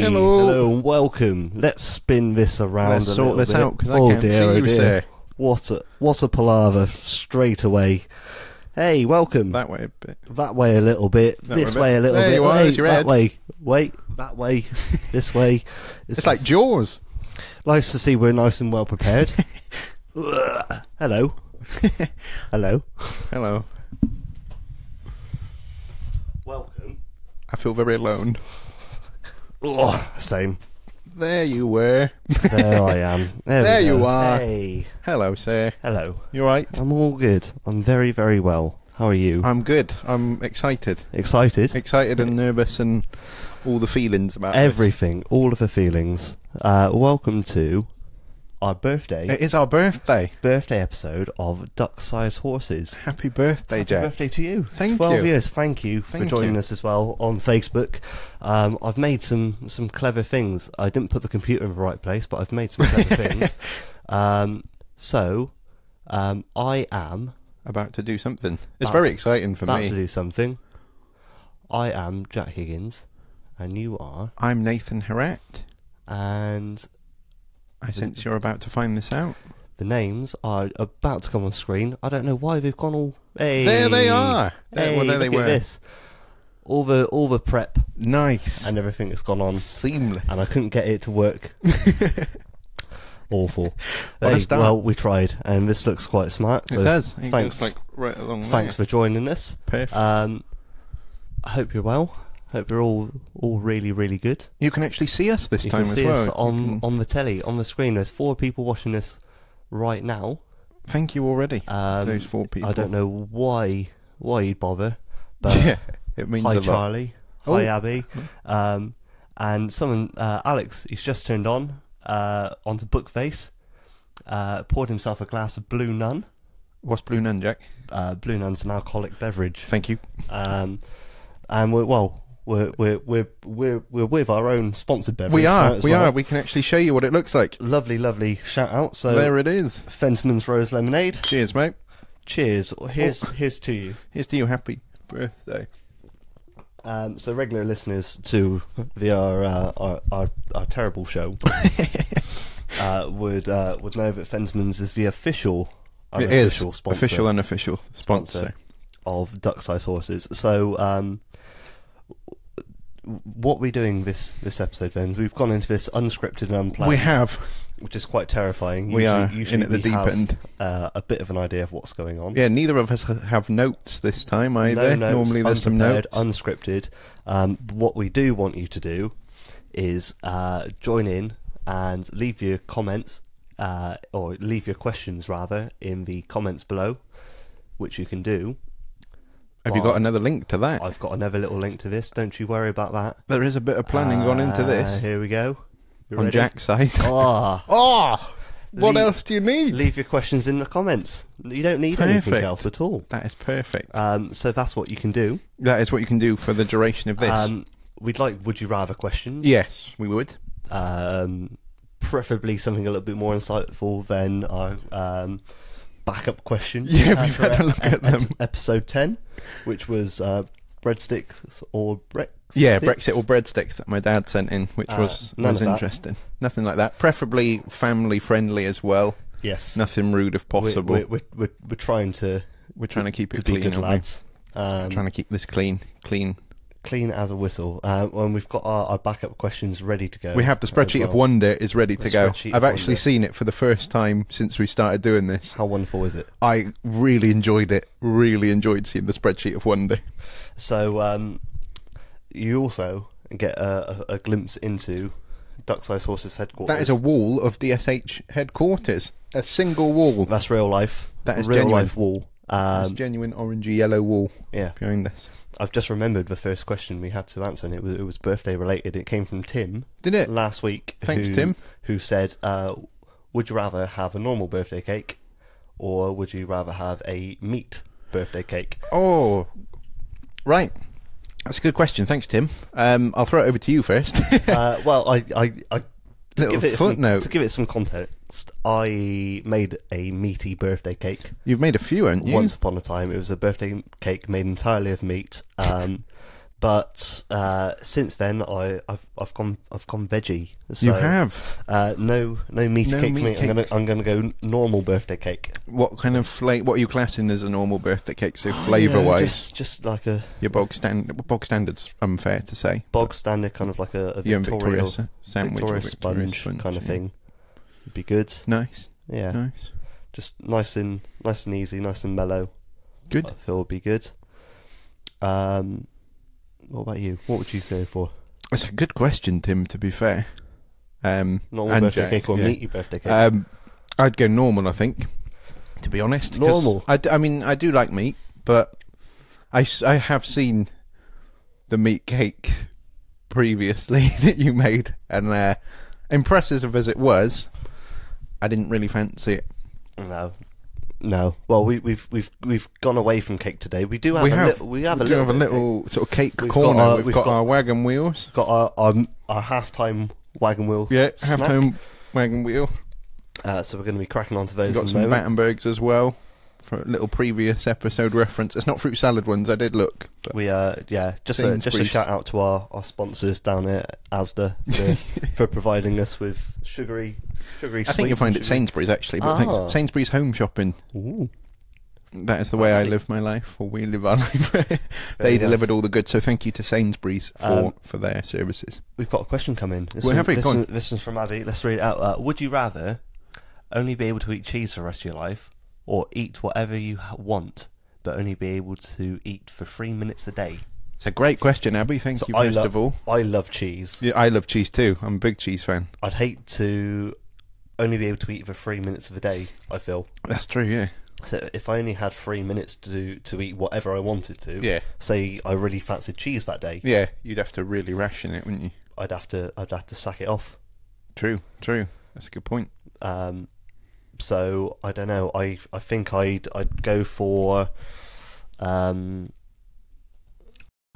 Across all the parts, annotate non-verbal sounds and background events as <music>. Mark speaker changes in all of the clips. Speaker 1: Hello.
Speaker 2: and welcome. Let's spin this around.
Speaker 1: Let's
Speaker 2: a little
Speaker 1: sort this
Speaker 2: bit.
Speaker 1: out, 'cause I
Speaker 2: oh
Speaker 1: can't
Speaker 2: dear,
Speaker 1: see
Speaker 2: oh
Speaker 1: you,
Speaker 2: dear.
Speaker 1: sir.
Speaker 2: What a what a palaver straight away. Hey, welcome. That,
Speaker 1: That way a bit.
Speaker 2: way a little bit.
Speaker 1: That
Speaker 2: this
Speaker 1: way
Speaker 2: way
Speaker 1: a
Speaker 2: a
Speaker 1: bit.
Speaker 2: little
Speaker 1: There
Speaker 2: bit.
Speaker 1: you are,
Speaker 2: Hey,
Speaker 1: there's your
Speaker 2: that
Speaker 1: head.
Speaker 2: way. Wait, that
Speaker 1: <laughs>
Speaker 2: way. this way.
Speaker 1: It's like Jaws.
Speaker 2: nice to see we're nice and well
Speaker 1: <laughs>
Speaker 2: prepared. Ugh. Hello. Hello.
Speaker 1: Hello.
Speaker 2: Welcome.
Speaker 1: I feel very alone.
Speaker 2: Same.
Speaker 1: There you were. <laughs>
Speaker 2: There I am. There, we
Speaker 1: There you
Speaker 2: go.
Speaker 1: are.
Speaker 2: Hey.
Speaker 1: Hello, sir.
Speaker 2: Hello.
Speaker 1: You alright?
Speaker 2: I'm all good. I'm very, very well. How are you?
Speaker 1: I'm good. I'm excited.
Speaker 2: Excited?
Speaker 1: Excited and nervous and all the feelings about this.
Speaker 2: Everything, all of the feelings. Uh, welcome to our birthday
Speaker 1: It is our birthday.
Speaker 2: birthday episode of Duck Size Horses.
Speaker 1: Happy birthday,
Speaker 2: Happy
Speaker 1: Jack.
Speaker 2: birthday to you.
Speaker 1: Thank
Speaker 2: 12
Speaker 1: you.
Speaker 2: years. Thank you for
Speaker 1: Thank
Speaker 2: joining
Speaker 1: you.
Speaker 2: us as well on Facebook. Um, I've made some, some clever things. I didn't put the computer in the right place, but I've made some
Speaker 1: <laughs>
Speaker 2: clever things. Um, so, um, I am
Speaker 1: About to do something. It's
Speaker 2: About-
Speaker 1: very exciting for
Speaker 2: about to
Speaker 1: me.
Speaker 2: do something. I am Jack Higgins, and you are,
Speaker 1: I'm Nathan Herrat.
Speaker 2: and
Speaker 1: I sense you're about to find this out.
Speaker 2: The names are about to come on screen. I don't know why they've gone all. Hey,
Speaker 1: There they are. There,
Speaker 2: Hey,
Speaker 1: well, there they
Speaker 2: look
Speaker 1: were.
Speaker 2: at this. All the all the prep
Speaker 1: Nice.
Speaker 2: and everything that's gone on,
Speaker 1: seamless.
Speaker 2: <laughs> and I couldn't get it to work.
Speaker 1: <laughs>
Speaker 2: Awful.
Speaker 1: What a
Speaker 2: Hey,
Speaker 1: start.
Speaker 2: well, we tried, and this looks quite smart. So
Speaker 1: it does. It
Speaker 2: Thanks.
Speaker 1: goes like right along
Speaker 2: Thanks for joining us.
Speaker 1: there. Perfect.
Speaker 2: Um, I hope you're well. Hope you're all all really really good.
Speaker 1: you can actually see us this
Speaker 2: You
Speaker 1: time
Speaker 2: can
Speaker 1: as
Speaker 2: see
Speaker 1: well.
Speaker 2: us
Speaker 1: You
Speaker 2: on
Speaker 1: can-
Speaker 2: on the telly on the screen. There's four people watching this right now.
Speaker 1: Thank you already.
Speaker 2: Um,
Speaker 1: Those four people.
Speaker 2: I don't
Speaker 1: <laughs>
Speaker 2: know why why you'd bother, but
Speaker 1: yeah, it means
Speaker 2: hi
Speaker 1: a lot.
Speaker 2: Charlie,
Speaker 1: Oh.
Speaker 2: hi
Speaker 1: <laughs>
Speaker 2: Abby, um, and someone uh, Alex. He's just turned on uh, onto Bookface, uh, poured himself a glass of Blue Nun.
Speaker 1: What's Blue Nun, Jack?
Speaker 2: Uh, Blue Nun's an alcoholic beverage,
Speaker 1: Thank you.
Speaker 2: um, and we're well. We're we're, we're we're we're with our own sponsored beverage.
Speaker 1: We
Speaker 2: now
Speaker 1: are.
Speaker 2: as
Speaker 1: We
Speaker 2: well.
Speaker 1: are. We can actually show you what it looks like.
Speaker 2: Lovely, lovely shout out. So
Speaker 1: there it is.
Speaker 2: Fentiman's Rose Lemonade.
Speaker 1: Cheers, mate.
Speaker 2: Cheers. Here's
Speaker 1: Oh.
Speaker 2: here's to you.
Speaker 1: Here's to you. Happy birthday.
Speaker 2: Um, so regular listeners to the our uh, our, our, our terrible
Speaker 1: <laughs>
Speaker 2: show uh, would uh, would know that Fensman's is the official
Speaker 1: It is
Speaker 2: unofficial sponsor
Speaker 1: official and official sponsor.
Speaker 2: sponsor of Duck Size Horses. So um, w- what we're doing this this episode then we've gone into this unscripted and unplanned,
Speaker 1: We have.
Speaker 2: which is quite terrifying.
Speaker 1: We are in at the
Speaker 2: we
Speaker 1: deep
Speaker 2: have,
Speaker 1: end.
Speaker 2: Uh, a bit of an idea of what's going on.
Speaker 1: Yeah, neither of us ha- have notes this time
Speaker 2: No
Speaker 1: either.
Speaker 2: notes,
Speaker 1: Normally there's some
Speaker 2: unprepared,
Speaker 1: notes.
Speaker 2: unscripted. Um, what we do want you to do is uh, join in and leave your comments uh, or leave your questions rather in the comments below, which you can do.
Speaker 1: have you got another link to that?
Speaker 2: I've got another little link to this. Don't you worry about that.
Speaker 1: There is a bit of planning gone into
Speaker 2: Uh,
Speaker 1: this
Speaker 2: Here we go. You
Speaker 1: on
Speaker 2: ready?
Speaker 1: Jack's side.
Speaker 2: Ah,
Speaker 1: Oh, what
Speaker 2: Leave-
Speaker 1: else do you need?
Speaker 2: leave your questions in the comments. You don't need
Speaker 1: Perfect.
Speaker 2: anything else at all.
Speaker 1: That is perfect.
Speaker 2: Um, so that's what you can do.
Speaker 1: That is what you can do for the duration of this.
Speaker 2: Um, we'd like would you rather questions.
Speaker 1: yes, we would.
Speaker 2: um, preferably something a little bit more insightful than our um, backup question.
Speaker 1: <laughs> Yeah, we've had a look at them.
Speaker 2: Episode ten, which was uh, breadsticks or Brexit.
Speaker 1: Yeah, Brexit or breadsticks that my dad sent in, which
Speaker 2: Uh,
Speaker 1: was
Speaker 2: none
Speaker 1: was
Speaker 2: of that.
Speaker 1: interesting. Nothing like that. Preferably family friendly as well.
Speaker 2: yes.
Speaker 1: Nothing rude if
Speaker 2: we're,
Speaker 1: possible.
Speaker 2: we're, we're, we're, we're trying to
Speaker 1: We're trying to keep
Speaker 2: to
Speaker 1: it
Speaker 2: be
Speaker 1: clean.
Speaker 2: good
Speaker 1: aren't we?
Speaker 2: lads. Um,
Speaker 1: Trying to keep this clean, clean.
Speaker 2: clean as a whistle. Uh, and we've got our, our backup questions ready to go.
Speaker 1: We have the
Speaker 2: uh, as
Speaker 1: spreadsheet of
Speaker 2: well.
Speaker 1: wonder is ready
Speaker 2: The
Speaker 1: to go.
Speaker 2: spreadsheet of
Speaker 1: I've actually
Speaker 2: wonder.
Speaker 1: seen it for the first time since we started doing this.
Speaker 2: How wonderful is it?
Speaker 1: I really enjoyed it. Really enjoyed seeing the spreadsheet of wonder.
Speaker 2: So um, you also get a, a, a glimpse into Duck Size Horses headquarters.
Speaker 1: That is a wall of DSH headquarters. A single wall.
Speaker 2: That's real life.
Speaker 1: That is
Speaker 2: real
Speaker 1: genuine.
Speaker 2: life wall.
Speaker 1: That's
Speaker 2: Um,
Speaker 1: genuine orangey yellow wall
Speaker 2: yeah,
Speaker 1: behind us.
Speaker 2: I've just remembered the first question we had to answer, and it was it was birthday related. It came from Tim
Speaker 1: Did it?
Speaker 2: last week.
Speaker 1: Thanks,
Speaker 2: who,
Speaker 1: Tim.
Speaker 2: Who said, uh, "Would you rather have a normal birthday cake, or would you rather have a meat birthday
Speaker 1: <laughs>
Speaker 2: cake?"
Speaker 1: Oh, right. That's a good question. Thanks, Tim. Um, I'll throw it over to you first. <laughs>
Speaker 2: uh, well, I, I, I to
Speaker 1: Little
Speaker 2: give it
Speaker 1: footnote.
Speaker 2: Some, to give it some context, I made a meaty birthday cake.
Speaker 1: You've made a few, haven't you? <laughs>
Speaker 2: Once upon a time, it was a birthday cake made entirely of meat. Um, But uh, since then, I, I've I've gone I've gone veggie. So,
Speaker 1: you have.
Speaker 2: uh, no no meat
Speaker 1: No
Speaker 2: cake for me.
Speaker 1: meat
Speaker 2: I'm gonna
Speaker 1: cake.
Speaker 2: I'm gonna go normal birthday cake.
Speaker 1: What kind of flavor? What are you classing as a normal birthday cake? So flavour
Speaker 2: You know,
Speaker 1: Oh, wise,
Speaker 2: Oh, just just like a
Speaker 1: your bog standard. Bog standards. Unfair to say.
Speaker 2: bog standard kind of like a, a
Speaker 1: You and
Speaker 2: Victoria,
Speaker 1: Victoria sa- sandwich
Speaker 2: Victoria
Speaker 1: or Victoria
Speaker 2: sponge, kind of
Speaker 1: yeah.
Speaker 2: thing. Would be good.
Speaker 1: Nice,
Speaker 2: Yeah,
Speaker 1: nice,
Speaker 2: just nice and nice and easy, nice and mellow.
Speaker 1: good.
Speaker 2: I feel would be good. Um, what about you? What would you go for?
Speaker 1: That's a good question, Tim. To be fair, um,
Speaker 2: Normal
Speaker 1: and
Speaker 2: birthday
Speaker 1: Jack,
Speaker 2: cake or
Speaker 1: yeah.
Speaker 2: meaty birthday cake?
Speaker 1: Um, I'd go normal, I think. To be honest, 'cause
Speaker 2: Normal?
Speaker 1: I, d- I mean, I do like meat, but I, s- I have seen the meat cake <laughs> previously <laughs> that you made, and uh, impressive as it was, I didn't really fancy it.
Speaker 2: no, no. Well, we, we've we've we've gone away from cake today. We do have
Speaker 1: we
Speaker 2: a
Speaker 1: have
Speaker 2: little. We have a
Speaker 1: do
Speaker 2: little.
Speaker 1: have a
Speaker 2: bit of cake.
Speaker 1: little sort of cake
Speaker 2: We've got
Speaker 1: corner.
Speaker 2: our-
Speaker 1: we've,
Speaker 2: we've
Speaker 1: got,
Speaker 2: got-
Speaker 1: our wagon wheels.
Speaker 2: Got our our, our halftime wagon wheel.
Speaker 1: Yeah,
Speaker 2: snack.
Speaker 1: half home wagon wheel.
Speaker 2: Uh, so we're going to be cracking onto those.
Speaker 1: We've
Speaker 2: in
Speaker 1: got
Speaker 2: a
Speaker 1: some
Speaker 2: moment.
Speaker 1: Battenbergs as well for a little previous episode reference. It's not fruit salad ones. I did look. but-
Speaker 2: We uh yeah, just a, just a
Speaker 1: Sainsbury's.
Speaker 2: shout out to our, our sponsors down at Asda
Speaker 1: <laughs>
Speaker 2: for, for providing us with sugary sugary.
Speaker 1: I think you'll find it Sainsbury's actually, but thanks-
Speaker 2: Ah.
Speaker 1: Sainsbury's home shopping.
Speaker 2: Ooh.
Speaker 1: That is the way I
Speaker 2: Fancy.
Speaker 1: live my life, or we live our <laughs> life. they
Speaker 2: Very nice.
Speaker 1: delivered all the goods, so thank you to Sainsbury's for,
Speaker 2: Um,
Speaker 1: for their services.
Speaker 2: We've got a question come in. This,
Speaker 1: Well,
Speaker 2: one-
Speaker 1: have we?
Speaker 2: this,
Speaker 1: Go on.
Speaker 2: one- this one's from Abby. Let's read it out. Uh, would you rather only be able to eat cheese for the rest of your life, or eat whatever you ha- want, but only be able to eat for three minutes a day?
Speaker 1: It's a great question, Abby. Thank you
Speaker 2: I
Speaker 1: first
Speaker 2: lo-
Speaker 1: of all.
Speaker 2: I love cheese.
Speaker 1: Yeah, I love cheese too. I'm a big cheese fan.
Speaker 2: I'd hate to only be able to eat for three minutes of a day. I feel.
Speaker 1: That's true. Yeah.
Speaker 2: So if I only had three minutes to do, to eat whatever I wanted to,
Speaker 1: Yeah.
Speaker 2: say I really fancied cheese that day,
Speaker 1: Yeah. You'd have to really ration it, wouldn't you?
Speaker 2: I'd have to I'd have to sack it off.
Speaker 1: True. True. That's a good point.
Speaker 2: Um, so I don't know. I I think I'd I'd go for. Um,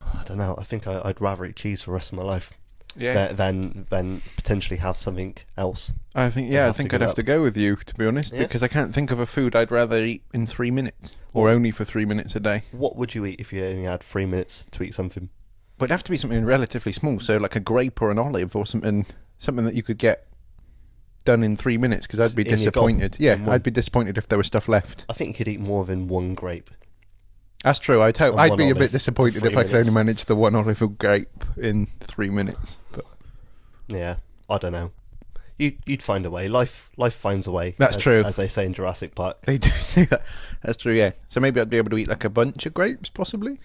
Speaker 2: I don't know. I think I, I'd rather eat cheese for the rest of my life
Speaker 1: Yeah.
Speaker 2: tha- than than potentially have something else.
Speaker 1: I think.
Speaker 2: I'd
Speaker 1: Yeah. I
Speaker 2: have to
Speaker 1: think
Speaker 2: go
Speaker 1: I'd have
Speaker 2: up.
Speaker 1: to go with you to be honest,
Speaker 2: Yeah.
Speaker 1: because I can't think of a food I'd rather eat in three minutes, or only for three minutes a day.
Speaker 2: What would you eat if you only had three minutes to eat something?
Speaker 1: But it'd have to be something relatively small, so like a grape or an olive or something, something that you could get done in three minutes. Because I'd be
Speaker 2: In your
Speaker 1: disappointed.
Speaker 2: gob,
Speaker 1: Yeah,
Speaker 2: in one.
Speaker 1: I'd be disappointed if there was stuff left.
Speaker 2: I think you could eat more than one grape.
Speaker 1: That's true. I'd hope.
Speaker 2: And
Speaker 1: I'd
Speaker 2: one
Speaker 1: be a
Speaker 2: olive,
Speaker 1: bit disappointed
Speaker 2: three
Speaker 1: if I could only
Speaker 2: minutes.
Speaker 1: manage the one olive or grape in three minutes. But
Speaker 2: Yeah, I don't know. You you'd find a way. Life life finds a way.
Speaker 1: That's
Speaker 2: as-
Speaker 1: true.
Speaker 2: as they say in Jurassic Park.
Speaker 1: they do <laughs> say that. That's true. Yeah. So maybe I'd be able to eat like a bunch of grapes, possibly.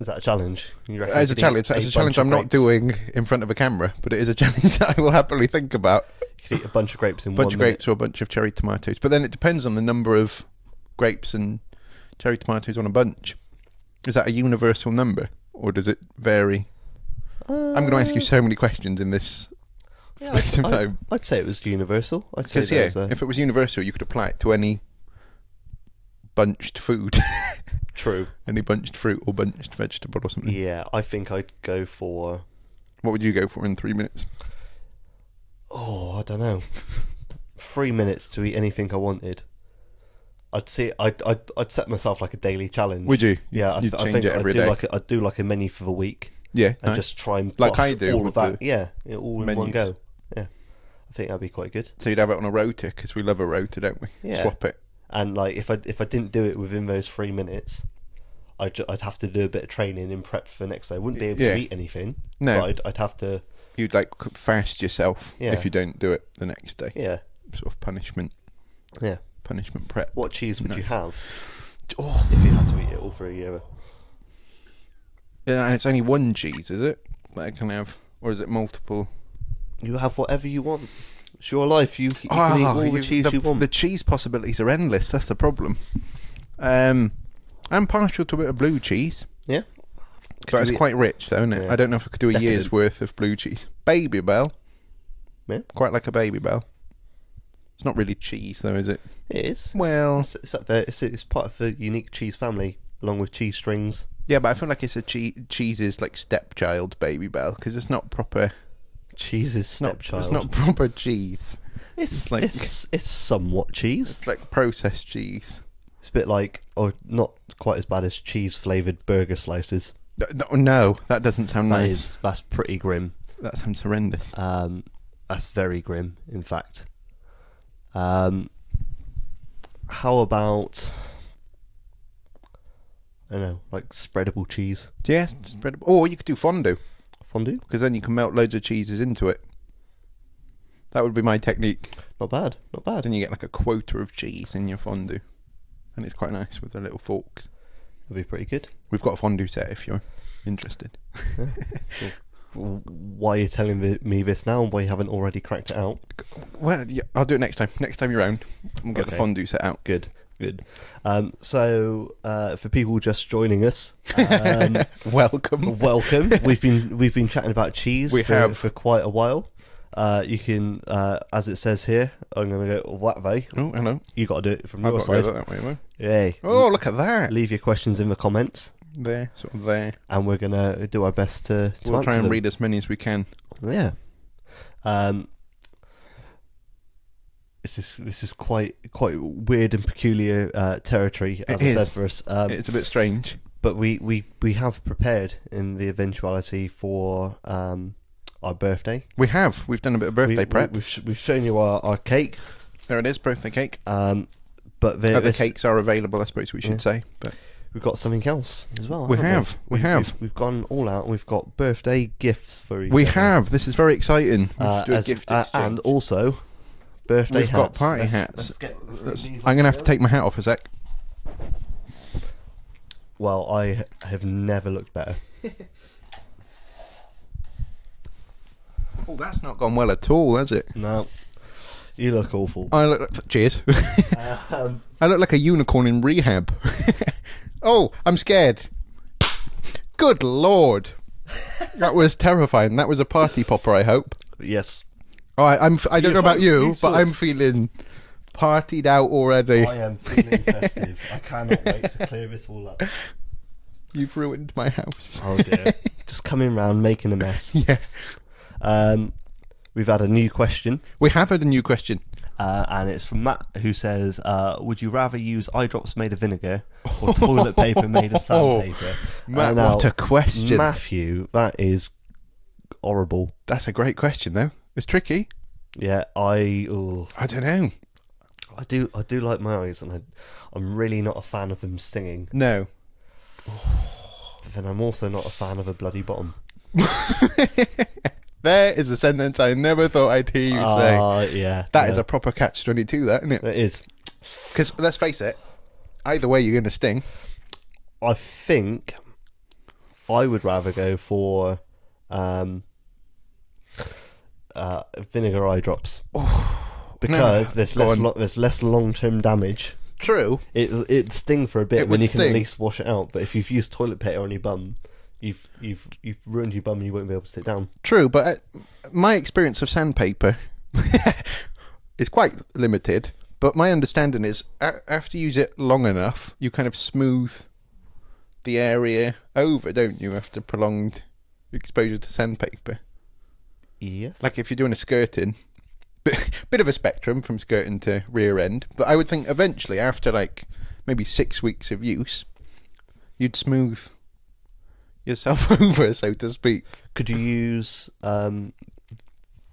Speaker 2: Is that a challenge? You reckon
Speaker 1: As
Speaker 2: you
Speaker 1: a
Speaker 2: could eat
Speaker 1: challenge, as a
Speaker 2: bunch
Speaker 1: challenge,
Speaker 2: of
Speaker 1: I'm not
Speaker 2: grapes-
Speaker 1: doing in front of a camera, but it is a <laughs> challenge that I will happily think about.
Speaker 2: You could eat a bunch of grapes in
Speaker 1: bunch
Speaker 2: one
Speaker 1: of
Speaker 2: minute.
Speaker 1: grapes or a bunch of cherry tomatoes. But then it depends on the number of grapes and cherry tomatoes on a bunch. Is that a universal number or does it vary? I'm going to ask you so many questions in this
Speaker 2: Yeah,
Speaker 1: space of
Speaker 2: I'd-
Speaker 1: time.
Speaker 2: I'd say it was universal. I'd say
Speaker 1: Because,
Speaker 2: there
Speaker 1: yeah,
Speaker 2: was a-
Speaker 1: if it was universal, you could apply it to any bunched food, <laughs>
Speaker 2: true.
Speaker 1: any bunched fruit or bunched vegetable or something.
Speaker 2: Yeah, I think I'd go for.
Speaker 1: What would you go for in three minutes?
Speaker 2: Oh, I don't know. Three minutes to eat anything I wanted. I'd see. I'd I'd, I'd set myself like a daily challenge.
Speaker 1: Would you?
Speaker 2: Mm. Yeah, I,
Speaker 1: You'd
Speaker 2: th- I
Speaker 1: change
Speaker 2: think
Speaker 1: it every
Speaker 2: I'd do
Speaker 1: day.
Speaker 2: like a, I'd do like a menu for the week.
Speaker 1: Yeah,
Speaker 2: and
Speaker 1: nice.
Speaker 2: just try and
Speaker 1: Like
Speaker 2: blast
Speaker 1: I do
Speaker 2: all
Speaker 1: with
Speaker 2: of that.
Speaker 1: the
Speaker 2: yeah, it all in one
Speaker 1: menus.
Speaker 2: go. Yeah, I think that'd be quite good.
Speaker 1: so you'd have it on a rota because we love a rota, don't we?
Speaker 2: Yeah.
Speaker 1: Swap it.
Speaker 2: And like, if I if I didn't do it within those three minutes, I'd ju- I'd have to do a bit of training and prep for the next day. I wouldn't be able
Speaker 1: Yeah.
Speaker 2: to eat anything.
Speaker 1: No.
Speaker 2: but I'd I'd have to.
Speaker 1: you'd like fast yourself
Speaker 2: Yeah.
Speaker 1: if you don't do it the next day.
Speaker 2: Yeah,
Speaker 1: Sort of punishment,
Speaker 2: yeah.
Speaker 1: punishment prep.
Speaker 2: What cheese would you
Speaker 1: Nice.
Speaker 2: have
Speaker 1: Oh,
Speaker 2: if you had to eat it all for a year?
Speaker 1: yeah, and it's only one cheese, is it? That I can have, or is it multiple?
Speaker 2: You have whatever you want. It's your life. You, you can eat all the
Speaker 1: Ah, you-
Speaker 2: cheese
Speaker 1: the,
Speaker 2: you want.
Speaker 1: the cheese possibilities are endless. That's the problem. Um, I'm partial to a bit of blue cheese,
Speaker 2: yeah.
Speaker 1: but it's
Speaker 2: you eat-
Speaker 1: quite rich, though, isn't it?
Speaker 2: Yeah.
Speaker 1: I don't know if I could do a year's
Speaker 2: Decadent.
Speaker 1: worth of blue cheese. Baby Bell,
Speaker 2: Yeah,
Speaker 1: quite like a baby Bell. It's not really cheese, though, is it?
Speaker 2: it is.
Speaker 1: Well,
Speaker 2: It's, it's up there. It's, it's part of the unique cheese family, along with cheese strings.
Speaker 1: yeah, but I feel like it's a che- cheese's like stepchild, Baby Bell, because it's not proper.
Speaker 2: Cheese's
Speaker 1: not-
Speaker 2: stepchild.
Speaker 1: It's not proper cheese.
Speaker 2: It's
Speaker 1: like-
Speaker 2: it's it's somewhat cheese.
Speaker 1: It's like processed cheese.
Speaker 2: It's a bit like, or not quite as bad as cheese flavored burger slices.
Speaker 1: No, no, that doesn't sound
Speaker 2: That
Speaker 1: nice.
Speaker 2: is that's pretty grim.
Speaker 1: That sounds horrendous.
Speaker 2: Um, that's very grim, in fact. Um, how about I don't know, like spreadable cheese
Speaker 1: Yes, spread. Or you could do fondue
Speaker 2: fondue?
Speaker 1: because then you can melt loads of cheeses into it. That would be my technique.
Speaker 2: Not bad, not bad.
Speaker 1: Then you get like a quota of cheese in your fondue, and it's quite nice with the little forks.
Speaker 2: That'd be pretty good.
Speaker 1: We've got a fondue set if you're interested.
Speaker 2: W- Why are you telling me- me this now? and Why you haven't already cracked it out?
Speaker 1: Well, yeah, I'll do it next time. Next time you're round, we'll get the
Speaker 2: Okay.
Speaker 1: fondue set out.
Speaker 2: Good, good. Um, so uh, for people just joining us, um, <laughs>
Speaker 1: Welcome.
Speaker 2: welcome. We've been we've been chatting about cheese
Speaker 1: We
Speaker 2: for,
Speaker 1: have.
Speaker 2: for quite a while. Uh, you can, uh, as it says here, I'm going to go that way.
Speaker 1: Oh, hello.
Speaker 2: You got to do it from
Speaker 1: I've
Speaker 2: your
Speaker 1: got to
Speaker 2: side.
Speaker 1: go that way. have I?
Speaker 2: Yay!
Speaker 1: Oh, look at that.
Speaker 2: Leave your questions in the comments,
Speaker 1: There, sort of there.
Speaker 2: and we're going to do our best to, to
Speaker 1: We'll
Speaker 2: answer
Speaker 1: try and
Speaker 2: them.
Speaker 1: read as many as we can.
Speaker 2: Yeah. Um, this is this is quite quite weird and peculiar uh, territory, as
Speaker 1: It
Speaker 2: I
Speaker 1: is.
Speaker 2: said for us. Um,
Speaker 1: It's a bit strange.
Speaker 2: but we, we, we have prepared in the eventuality for um, our birthday.
Speaker 1: We have. We've done a bit of birthday
Speaker 2: we,
Speaker 1: prep.
Speaker 2: We, have sh- we've shown you our, our cake,
Speaker 1: there it is, birthday cake.
Speaker 2: um, but there,
Speaker 1: Other
Speaker 2: this-
Speaker 1: cakes are available, I suppose we should say. But
Speaker 2: we've got something else as well.
Speaker 1: We
Speaker 2: haven't
Speaker 1: have, we have.
Speaker 2: We've, we've gone all out. We've got birthday gifts for each
Speaker 1: we
Speaker 2: other.
Speaker 1: have. This is very exciting. We
Speaker 2: Uh,
Speaker 1: should do a
Speaker 2: as-
Speaker 1: gift
Speaker 2: uh,
Speaker 1: exchange.
Speaker 2: and also birthday
Speaker 1: We've got
Speaker 2: hats.
Speaker 1: party
Speaker 2: Let's-
Speaker 1: hats.
Speaker 2: let's get- let's get
Speaker 1: That's-
Speaker 2: these
Speaker 1: I'm going to
Speaker 2: out
Speaker 1: have to take my hat off a sec.
Speaker 2: Well, I have never looked better.
Speaker 1: Oh, that's not gone well at all, has it?
Speaker 2: No, you look awful.
Speaker 1: I look. Like, cheers.
Speaker 2: <laughs>
Speaker 1: <laughs>
Speaker 2: um,
Speaker 1: I look like a unicorn in rehab. <laughs> oh, I'm scared. Good lord. That was terrifying. That was a party popper, I hope.
Speaker 2: yes,
Speaker 1: All right, I'm, f- I don't
Speaker 2: You
Speaker 1: know about
Speaker 2: hope
Speaker 1: you,
Speaker 2: you Oh,
Speaker 1: but
Speaker 2: saw-
Speaker 1: I'm feeling partied out already.
Speaker 2: I am feeling festive. I cannot wait to clear this all up.
Speaker 1: You've ruined my house. <laughs>
Speaker 2: Oh dear, just coming round making a mess.
Speaker 1: Yeah.
Speaker 2: Um, we've had a new question,
Speaker 1: We have had a new question.
Speaker 2: uh, and it's from Matt, who says, uh, "Would you rather use eye drops made of vinegar
Speaker 1: <laughs>
Speaker 2: or toilet paper made of sandpaper?"
Speaker 1: Matt,
Speaker 2: And now,
Speaker 1: Uh, what a question.
Speaker 2: Matthew, that is horrible.
Speaker 1: That's a great question, though. It's tricky.
Speaker 2: Yeah, I. Ooh.
Speaker 1: I don't know.
Speaker 2: I do, I do like my eyes, and I, I'm really not a fan of them stinging.
Speaker 1: No.
Speaker 2: But then I'm also not a fan of a bloody bottom.
Speaker 1: There is a sentence I never thought I'd hear you say.
Speaker 2: Ah, yeah,
Speaker 1: That is a proper catch 22, that, isn't it?
Speaker 2: It is.
Speaker 1: Because let's face it, either way, you're going to sting.
Speaker 2: I think I would rather go for um, uh, vinegar eye drops because there's
Speaker 1: go
Speaker 2: less
Speaker 1: on.
Speaker 2: lo- there's less long term damage.
Speaker 1: True.
Speaker 2: It it sting for a bit
Speaker 1: It
Speaker 2: when
Speaker 1: would
Speaker 2: you can
Speaker 1: sting.
Speaker 2: at least wash it out. But if you've used toilet paper on your bum, you've you've you've ruined your bum and you won't be able to sit down.
Speaker 1: True, but uh, my experience of sandpaper <laughs> is quite limited. But my understanding is a- after you use it long enough, you kind of smooth the area over, don't you, after prolonged exposure to sandpaper?
Speaker 2: Yes.
Speaker 1: Like if you're doing a skirting, <laughs> bit, bit of a spectrum from skirting to rear end. But I would think eventually, after like maybe six weeks of use, you'd smooth yourself <laughs> over, so to speak.
Speaker 2: could you use um,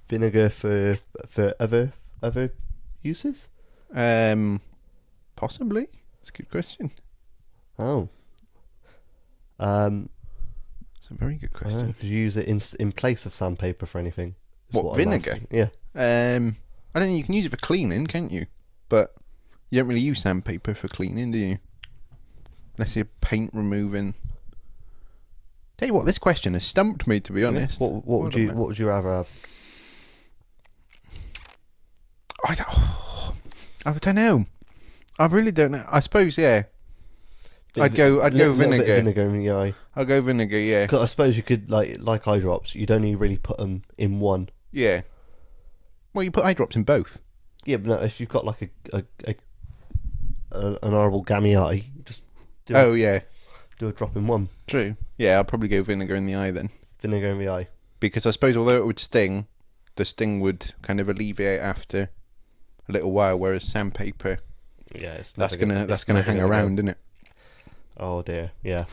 Speaker 2: vinegar for for other other uses?
Speaker 1: Um, possibly. It's a good question.
Speaker 2: Oh. Um,
Speaker 1: It's a very good
Speaker 2: I don't know,
Speaker 1: question.
Speaker 2: could you use it in in place of sandpaper for anything? Is
Speaker 1: What,
Speaker 2: I'm
Speaker 1: vinegar?
Speaker 2: asking. Yeah.
Speaker 1: Um, I don't think you can use it for cleaning, can't you? But you don't really use sandpaper for cleaning, do you? Unless you're paint removing. Tell you what, this question has stumped me. To be honest,
Speaker 2: What what would
Speaker 1: a
Speaker 2: you
Speaker 1: minute.
Speaker 2: what would you rather have?
Speaker 1: I don't. <sighs> I don't know. I really don't know. I suppose yeah. I'd go. I'd go
Speaker 2: Little bit of
Speaker 1: vinegar.
Speaker 2: vinegar in the eye.
Speaker 1: I'll go vinegar. Yeah.
Speaker 2: 'Cause I suppose you could like like eye drops. You'd only really put them in one.
Speaker 1: Yeah. Well, you put eye drops in both.
Speaker 2: Yeah, but no, if you've got like a, a, a, a an horrible gammy eye, just do
Speaker 1: Oh yeah.
Speaker 2: a, do a drop in one.
Speaker 1: True. Yeah, I'll probably go vinegar in the eye then.
Speaker 2: Vinegar in the eye.
Speaker 1: because I suppose although it would sting, the sting would kind of alleviate after a little while. Whereas sandpaper,
Speaker 2: Yeah, it's
Speaker 1: that's
Speaker 2: never
Speaker 1: gonna
Speaker 2: it's
Speaker 1: that's gonna
Speaker 2: never
Speaker 1: hang
Speaker 2: go.
Speaker 1: around, isn't it?
Speaker 2: Oh dear, yeah.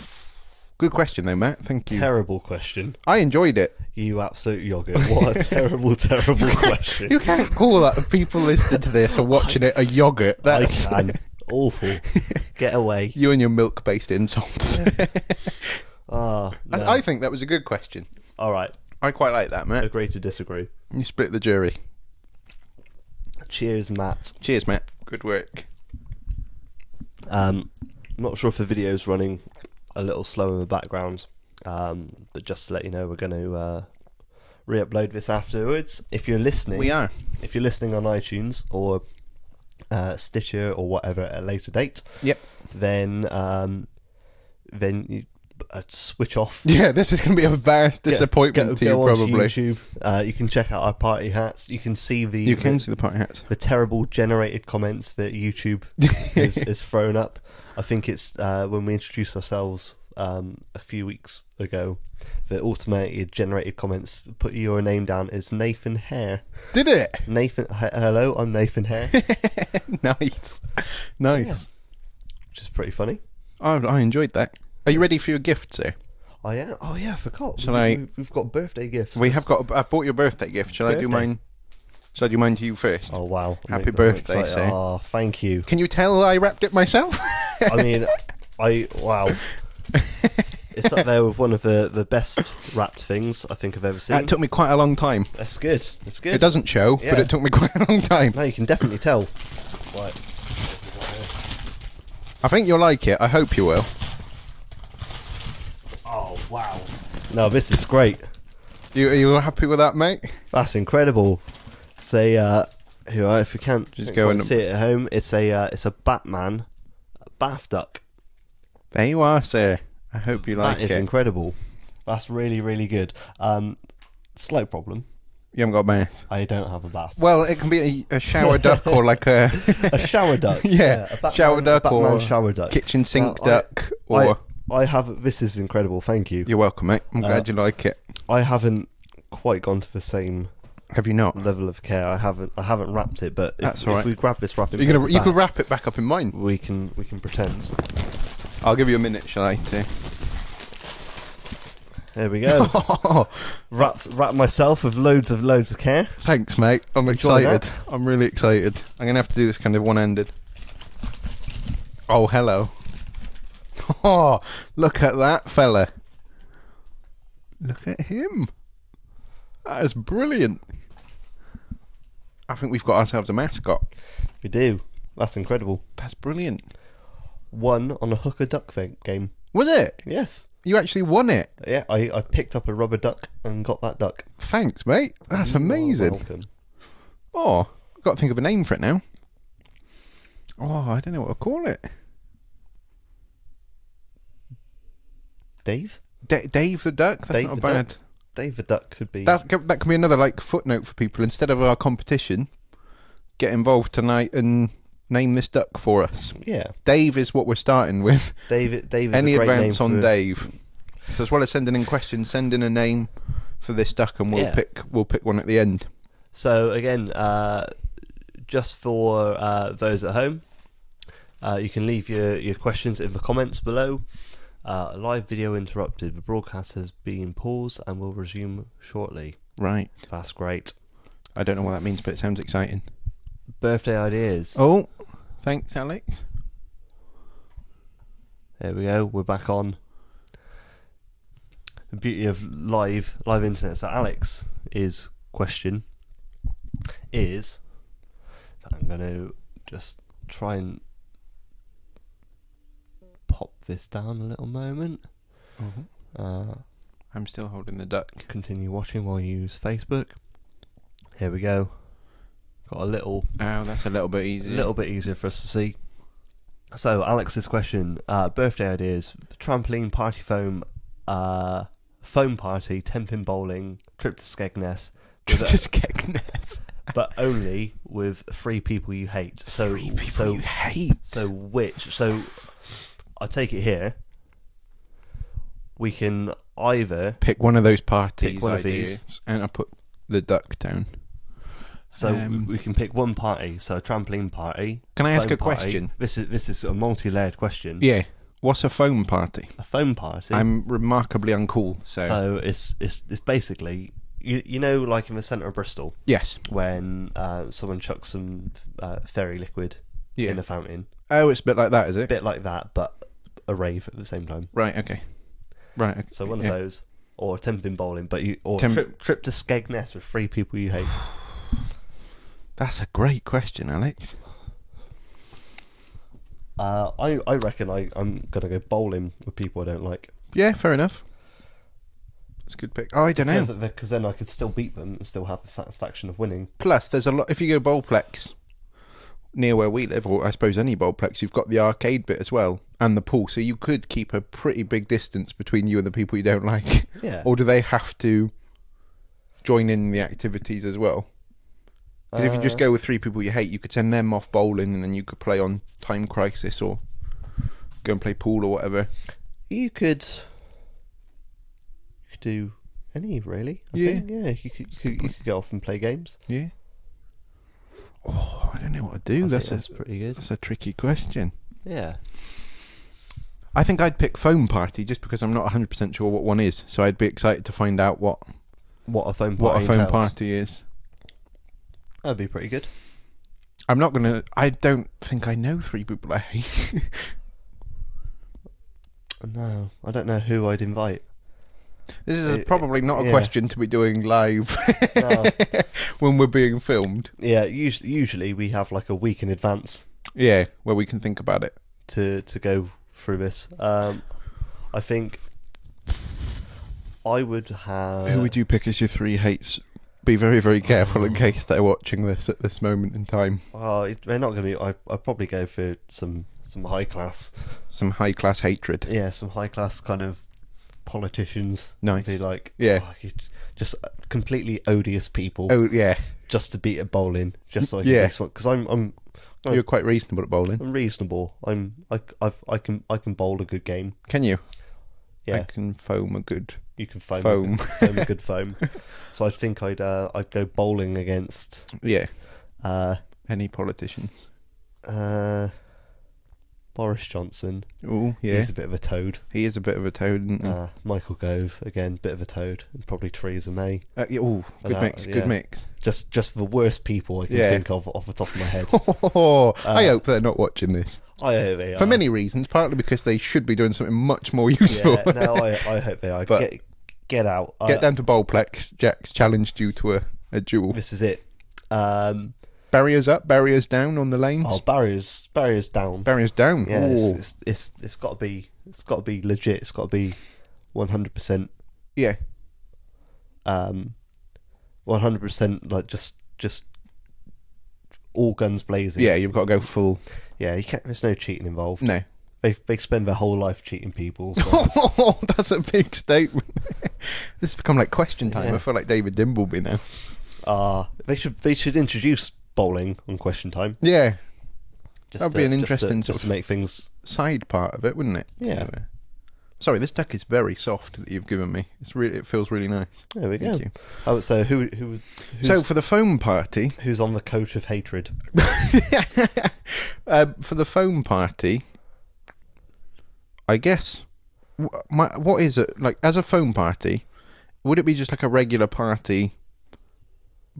Speaker 1: Good question, though, Matt. Thank you.
Speaker 2: Terrible question.
Speaker 1: I enjoyed it.
Speaker 2: You absolute yogurt. What a
Speaker 1: <laughs>
Speaker 2: terrible, terrible question.
Speaker 1: You can't call that people listening to this or watching it a yogurt.
Speaker 2: I <laughs>
Speaker 1: That's
Speaker 2: can. Awful. Get away.
Speaker 1: you and your milk-based insults.
Speaker 2: Ah,
Speaker 1: <laughs> That's-
Speaker 2: no.
Speaker 1: I think that was a good question.
Speaker 2: All right.
Speaker 1: I quite like that, Matt.
Speaker 2: Agree to disagree.
Speaker 1: You split the jury.
Speaker 2: Cheers, Matt.
Speaker 1: Cheers, Matt. Good work.
Speaker 2: Um, not sure if the video's running a little slow in the background, um, but just to let you know, we're going to uh, re-upload this afterwards. If you're listening,
Speaker 1: We are.
Speaker 2: If you're listening on iTunes or uh, Stitcher or whatever at a later date,
Speaker 1: Yep. <laughs>
Speaker 2: then um, then you uh, switch off.
Speaker 1: Yeah, this is going to be a vast
Speaker 2: Go-
Speaker 1: disappointment
Speaker 2: go-
Speaker 1: to
Speaker 2: go
Speaker 1: you,
Speaker 2: onto
Speaker 1: probably.
Speaker 2: YouTube. Uh, you can check out our party hats. You can see the
Speaker 1: You can see the party hats.
Speaker 2: the terrible generated comments that YouTube
Speaker 1: <laughs>
Speaker 2: is, is thrown up. I think it's uh, when we introduced ourselves um, a few weeks ago, the automated generated comments put your name down as Nathan Hare.
Speaker 1: Did it?
Speaker 2: Nathan, he- hello, I'm Nathan
Speaker 1: <laughs>
Speaker 2: Hare,
Speaker 1: nice. Nice.
Speaker 2: which is pretty funny.
Speaker 1: I, I enjoyed that. Are you ready for your eh? gift, sir?
Speaker 2: Oh yeah, oh yeah, I forgot.
Speaker 1: Shall
Speaker 2: we,
Speaker 1: I-
Speaker 2: we- We've got birthday gifts.
Speaker 1: We have got. I've bought your birthday gift. Shall I
Speaker 2: Birthday.
Speaker 1: do mine? Shall I do mine to you first?
Speaker 2: Oh wow! I'm-
Speaker 1: Happy
Speaker 2: I'm
Speaker 1: birthday,
Speaker 2: excited.
Speaker 1: sir.
Speaker 2: Oh, thank you.
Speaker 1: Can you tell I wrapped it myself? <laughs>
Speaker 2: I mean, I wow. It's up there with one of the, the best wrapped things I think I've ever seen.
Speaker 1: that took me quite a long time.
Speaker 2: That's good. That's good.
Speaker 1: It doesn't show, but
Speaker 2: Yeah.
Speaker 1: it took me <laughs> quite a long time.
Speaker 2: No, you can definitely tell. Right.
Speaker 1: I think you'll like it. I hope you will.
Speaker 2: Oh wow. No, this is great.
Speaker 1: You are you happy with that, mate?
Speaker 2: That's incredible. Say, uh, here I- if you can't just
Speaker 1: go
Speaker 2: go and
Speaker 1: and-
Speaker 2: see it at home, it's a uh, it's a Batman bath duck.
Speaker 1: There you are, sir. I hope you like
Speaker 2: that is
Speaker 1: it.
Speaker 2: incredible. That's really really good. Um, slight problem.
Speaker 1: you haven't got a bath.
Speaker 2: I don't have a bath.
Speaker 1: Well, it can be a, a shower duck <laughs> or like a
Speaker 2: A shower duck.
Speaker 1: <laughs> yeah,
Speaker 2: a Batman,
Speaker 1: shower duck
Speaker 2: a Batman
Speaker 1: or
Speaker 2: shower duck.
Speaker 1: kitchen
Speaker 2: Now,
Speaker 1: sink
Speaker 2: I-
Speaker 1: duck. Or
Speaker 2: I, I have. This is incredible. Thank you.
Speaker 1: you're welcome, mate. I'm glad you like it.
Speaker 2: I haven't quite gone to the same
Speaker 1: Have you not?
Speaker 2: level of care. I haven't I haven't wrapped it, but if,
Speaker 1: That's
Speaker 2: if
Speaker 1: all right.
Speaker 2: we grab this wrapping,
Speaker 1: You're gonna,
Speaker 2: paper
Speaker 1: you could
Speaker 2: back,
Speaker 1: wrap it back up in mine.
Speaker 2: we can we can pretend.
Speaker 1: I'll give you a minute, shall I? To...
Speaker 2: There we
Speaker 1: <laughs>
Speaker 2: go.
Speaker 1: Oh.
Speaker 2: Wrapped wrapped myself with loads of loads of care.
Speaker 1: Thanks, mate. I'm
Speaker 2: Enjoy
Speaker 1: excited. I'm really excited. I'm gonna have to do this kind of one-handed. Oh, hello. <laughs> Oh, look at that fella. Look at him. That is brilliant. I think we've got ourselves a mascot.
Speaker 2: We do. That's incredible.
Speaker 1: That's brilliant.
Speaker 2: Won on a hooker duck thing, game.
Speaker 1: Was it?
Speaker 2: Yes.
Speaker 1: You actually won it.
Speaker 2: Yeah, I, I picked up a rubber duck and got that duck.
Speaker 1: Thanks, mate. That's amazing.
Speaker 2: Welcome.
Speaker 1: Oh, I've got to think of a name for it now. Oh, I don't know what to call it.
Speaker 2: Dave?
Speaker 1: Da Dave the Duck? That's
Speaker 2: Dave
Speaker 1: not
Speaker 2: the
Speaker 1: bad.
Speaker 2: Duck. Dave the duck could be
Speaker 1: That's, that can be another like footnote for people. Instead of our competition, get involved tonight and name this duck for us.
Speaker 2: Yeah.
Speaker 1: Dave is what we're starting with.
Speaker 2: David David
Speaker 1: Any
Speaker 2: a great
Speaker 1: advance
Speaker 2: name
Speaker 1: on
Speaker 2: for-
Speaker 1: Dave? So as well as sending in questions, send in a name for this duck, and we'll
Speaker 2: Yeah.
Speaker 1: pick we'll pick one at the end.
Speaker 2: So again, uh, just for uh, those at home, uh, you can leave your, your questions in the comments below. Uh, live video interrupted. The broadcast has been paused and will resume shortly.
Speaker 1: Right.
Speaker 2: That's great.
Speaker 1: I don't know what that means, but it sounds exciting.
Speaker 2: Birthday ideas.
Speaker 1: Oh, thanks, Alex.
Speaker 2: There we go. We're back on. The beauty of live live internet. So Alex is question is I'm gonna just try and pop this down a little moment. Uh,
Speaker 1: I'm still holding the duck.
Speaker 2: continue watching while you use Facebook. Here we go. Got a little
Speaker 1: Oh, that's a little bit
Speaker 2: a
Speaker 1: easier. <laughs>
Speaker 2: little bit easier for us to see. So Alex's question: uh, birthday ideas, trampoline party foam, uh, foam party, ten pin bowling, trip to Skegness, but,
Speaker 1: Just Kegness.
Speaker 2: but only with three people you hate. So
Speaker 1: Three people
Speaker 2: so
Speaker 1: you hate.
Speaker 2: so which so I take it here. We can either
Speaker 1: pick one of those parties
Speaker 2: Pick one of
Speaker 1: ideas,
Speaker 2: these.
Speaker 1: and I put the duck down.
Speaker 2: so
Speaker 1: Um,
Speaker 2: we can pick one party. So trampoline party.
Speaker 1: Can I ask
Speaker 2: foam
Speaker 1: a
Speaker 2: party.
Speaker 1: question?
Speaker 2: This is this is a multi-layered question.
Speaker 1: Yeah. What's a foam party?
Speaker 2: A foam party.
Speaker 1: I'm remarkably uncool, so,
Speaker 2: so it's it's it's basically you you know like in the centre of Bristol
Speaker 1: yes.
Speaker 2: when uh, someone chucks some uh, fairy liquid
Speaker 1: Yeah.
Speaker 2: in a fountain,
Speaker 1: Oh, it's a bit like that, is it?
Speaker 2: bit like that, but a rave at the same time.
Speaker 1: Right. Okay. Right. Okay.
Speaker 2: So one of
Speaker 1: yeah.
Speaker 2: those, or temping bowling, but you or
Speaker 1: Temp-
Speaker 2: trip, trip to Skegness with three people you
Speaker 1: <sighs>
Speaker 2: hate.
Speaker 1: That's a great question, Alex.
Speaker 2: Uh, I I reckon I I'm gonna go bowling with people I don't like
Speaker 1: Yeah, fair enough. It's a good pick. Oh, I don't know.
Speaker 2: because then I could still beat them and still have the satisfaction of winning.
Speaker 1: Plus, there's a lot. If you go bowlplex near where we live, or I suppose any bowlplex, you've got the arcade bit as well and the pool, so you could keep a pretty big distance between you and the people you don't <laughs> like.
Speaker 2: Yeah.
Speaker 1: or do they have to join in the activities as well? Because if you
Speaker 2: Uh.
Speaker 1: just go with three people you hate, you could send them off bowling, and then you could play on Time Crisis or go and play pool or whatever.
Speaker 2: You could, you could do any really. I
Speaker 1: Yeah.
Speaker 2: think. yeah. You could, you could you could go off and play games.
Speaker 1: Yeah. Oh, I don't know what to do.
Speaker 2: I
Speaker 1: that's
Speaker 2: think
Speaker 1: a
Speaker 2: that's pretty good.
Speaker 1: that's a tricky question.
Speaker 2: Yeah.
Speaker 1: I think I'd pick foam party just because I'm not 100% sure what one is. So I'd be excited to find out what
Speaker 2: What a phone
Speaker 1: what
Speaker 2: party
Speaker 1: a foam
Speaker 2: entails.
Speaker 1: party is.
Speaker 2: That'd be pretty good.
Speaker 1: I'm not going to I don't think I know three people I hate. <laughs> Oh,
Speaker 2: No, I don't know who I'd
Speaker 1: <laughs>
Speaker 2: invite.
Speaker 1: this is
Speaker 2: It-
Speaker 1: probably not a
Speaker 2: yeah.
Speaker 1: question to be doing live <laughs>
Speaker 2: No.
Speaker 1: when we're being filmed.
Speaker 2: yeah, usually, usually we have like a week in advance
Speaker 1: Yeah, where we can think about it.
Speaker 2: to to go through this. Um, I think I would have.
Speaker 1: Who would you pick as your three hates? Be very very careful in case they're watching this at this moment in time.
Speaker 2: Oh, it- they're not going to be. I I'd probably go for some some high class.
Speaker 1: Some high class hatred.
Speaker 2: Yeah, some high class kind of politicians.
Speaker 1: Nice.
Speaker 2: Be like,
Speaker 1: Yeah.
Speaker 2: "Oh, you- just completely odious people,
Speaker 1: Oh yeah,
Speaker 2: just to beat a bowling, just so I can
Speaker 1: Yeah.
Speaker 2: yeah. Because I'm I'm
Speaker 1: you're quite reasonable at bowling.
Speaker 2: I'm reasonable. I'm I I've, I can I can bowl a good game.
Speaker 1: Can you?
Speaker 2: Yeah,
Speaker 1: I can foam a good
Speaker 2: you can foam
Speaker 1: foam.
Speaker 2: <laughs> A, good- foam a good
Speaker 1: <laughs>
Speaker 2: foam. So I think I'd uh, I'd go bowling against
Speaker 1: yeah.
Speaker 2: uh,
Speaker 1: Any politicians?
Speaker 2: uh, Boris Johnson.
Speaker 1: Oh yeah, Mm.
Speaker 2: He's a bit of a toad.
Speaker 1: he is a bit of a toad. Isn't he?
Speaker 2: Uh, Michael Gove again, bit of a toad, and probably Theresa May.
Speaker 1: Uh, yeah, oh,
Speaker 2: I
Speaker 1: good
Speaker 2: know,
Speaker 1: mix,
Speaker 2: yeah.
Speaker 1: good <laughs> mix.
Speaker 2: Just just the worst people I can
Speaker 1: Yeah.
Speaker 2: think of off the top of my
Speaker 1: <laughs>
Speaker 2: head. Uh,
Speaker 1: I hope they're not watching this
Speaker 2: I hope they
Speaker 1: for
Speaker 2: are.
Speaker 1: many reasons. Partly because they should be doing something much more useful.
Speaker 2: uh, Yeah, Uh, no, I, I hope they are.
Speaker 1: But-
Speaker 2: get get out. Uh, I-
Speaker 1: <laughs> Get down to Bowlplex. Jack's challenge due to a, a duel.
Speaker 2: This is it. Um,
Speaker 1: Barriers up, barriers down on the lanes.
Speaker 2: oh, barriers barriers down.
Speaker 1: barriers down.
Speaker 2: yeah, it's,
Speaker 1: Ooh.
Speaker 2: it's it's it's got to be it's got to be legit. It's got to be one hundred percent.
Speaker 1: yeah.
Speaker 2: Um, one hundred percent like just just all guns blazing.
Speaker 1: Yeah, you've got to go full.
Speaker 2: yeah. You can't. There's no cheating involved.
Speaker 1: No.
Speaker 2: They they spend their whole life cheating people. So.
Speaker 1: <laughs> That's a big statement. <laughs> this has become like question time.
Speaker 2: Yeah.
Speaker 1: I feel like David Dimbleby now.
Speaker 2: Ah, they should they should introduce bowling on Question Time.
Speaker 1: Yeah.
Speaker 2: Just
Speaker 1: That'd
Speaker 2: to-
Speaker 1: be an
Speaker 2: just to-
Speaker 1: interesting
Speaker 2: just
Speaker 1: sort
Speaker 2: to
Speaker 1: of-
Speaker 2: make things.
Speaker 1: side part of it, wouldn't it?
Speaker 2: Yeah.
Speaker 1: Anyway. Sorry, this duck is very soft that you've given me. It's really, it feels really nice.
Speaker 2: There we go.
Speaker 1: Thank you.
Speaker 2: Oh, so who who who's,
Speaker 1: so for the foam party,
Speaker 2: who's on the coach of
Speaker 1: <laughs>
Speaker 2: hatred?
Speaker 1: um, for the foam party, I guess wh- my what is it like as a foam party? Would it be just like a regular party,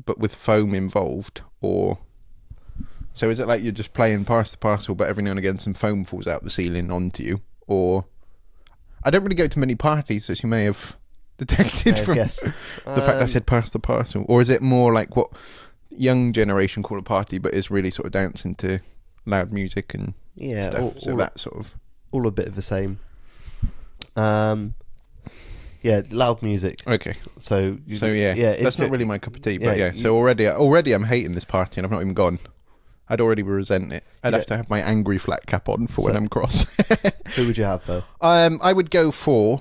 Speaker 1: but with foam involved, or so is it like you're just playing pass the parcel, but every now and again some foam falls out the ceiling onto you, or I don't really go to many parties, as you may have detected
Speaker 2: May have
Speaker 1: from
Speaker 2: guessed.
Speaker 1: <laughs> the fact I
Speaker 2: Um,
Speaker 1: said pass the parcel, or is it more like what young generation call a party, but is really sort of dancing to loud music and
Speaker 2: Um, Yeah,
Speaker 1: stuff?
Speaker 2: all,
Speaker 1: so
Speaker 2: all,
Speaker 1: that sort of
Speaker 2: all a bit of the same. Um, yeah, loud music.
Speaker 1: okay.
Speaker 2: So you,
Speaker 1: So yeah,
Speaker 2: yeah,
Speaker 1: that's
Speaker 2: if
Speaker 1: not
Speaker 2: it-
Speaker 1: really my cup of tea, but yeah.
Speaker 2: yeah,
Speaker 1: so already, already I'm hating this party, and I've not even gone. I'd already resent it. I'd
Speaker 2: Yeah.
Speaker 1: have to have my angry flat cap on for when
Speaker 2: So-
Speaker 1: I'm cross. <laughs>
Speaker 2: Who would you have though?
Speaker 1: Um, I would go for.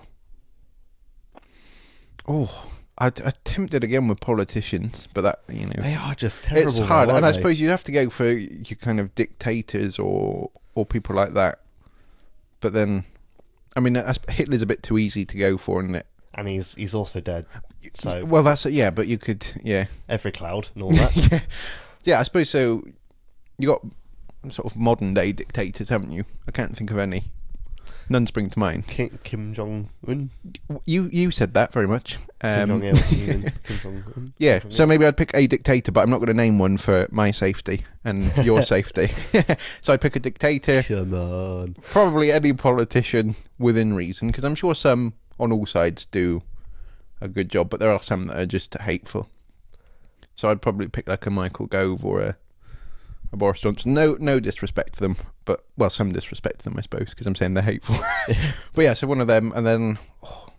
Speaker 1: Oh, I'd attempted again with politicians, but that you know
Speaker 2: They are just terrible.
Speaker 1: it's hard,
Speaker 2: though,
Speaker 1: and I
Speaker 2: aren't they?
Speaker 1: suppose you have to go for your kind of dictators or or people like that. But then, I mean, I sp- Hitler's a bit too easy to go for, isn't it?
Speaker 2: and he's he's also dead. So
Speaker 1: Well, that's yeah, but you could yeah <laughs>
Speaker 2: every cloud and all that.
Speaker 1: yeah yeah. I suppose so. You got sort of modern day dictators, haven't you? I can't think of any. none spring to mind.
Speaker 2: Kim, Kim Jong Un,
Speaker 1: You you said that very much.
Speaker 2: Kim
Speaker 1: Um,
Speaker 2: Jong
Speaker 1: <laughs>
Speaker 2: Il, Kim Jong Un.
Speaker 1: yeah, so maybe I'd pick a dictator, but I'm not going to name one for my safety and
Speaker 2: <laughs>
Speaker 1: your safety. <laughs> so I pick a dictator,
Speaker 2: Come on.
Speaker 1: probably any politician within reason, because I'm sure some on all sides do a good job, but there are some that are just hateful. So I'd probably pick like a Michael Gove or a, a Boris Johnson. No, no disrespect to them, but well, some disrespect to them, I suppose, because I'm saying
Speaker 2: <laughs>
Speaker 1: they're hateful. <laughs> but yeah, so one of them, and then. oh.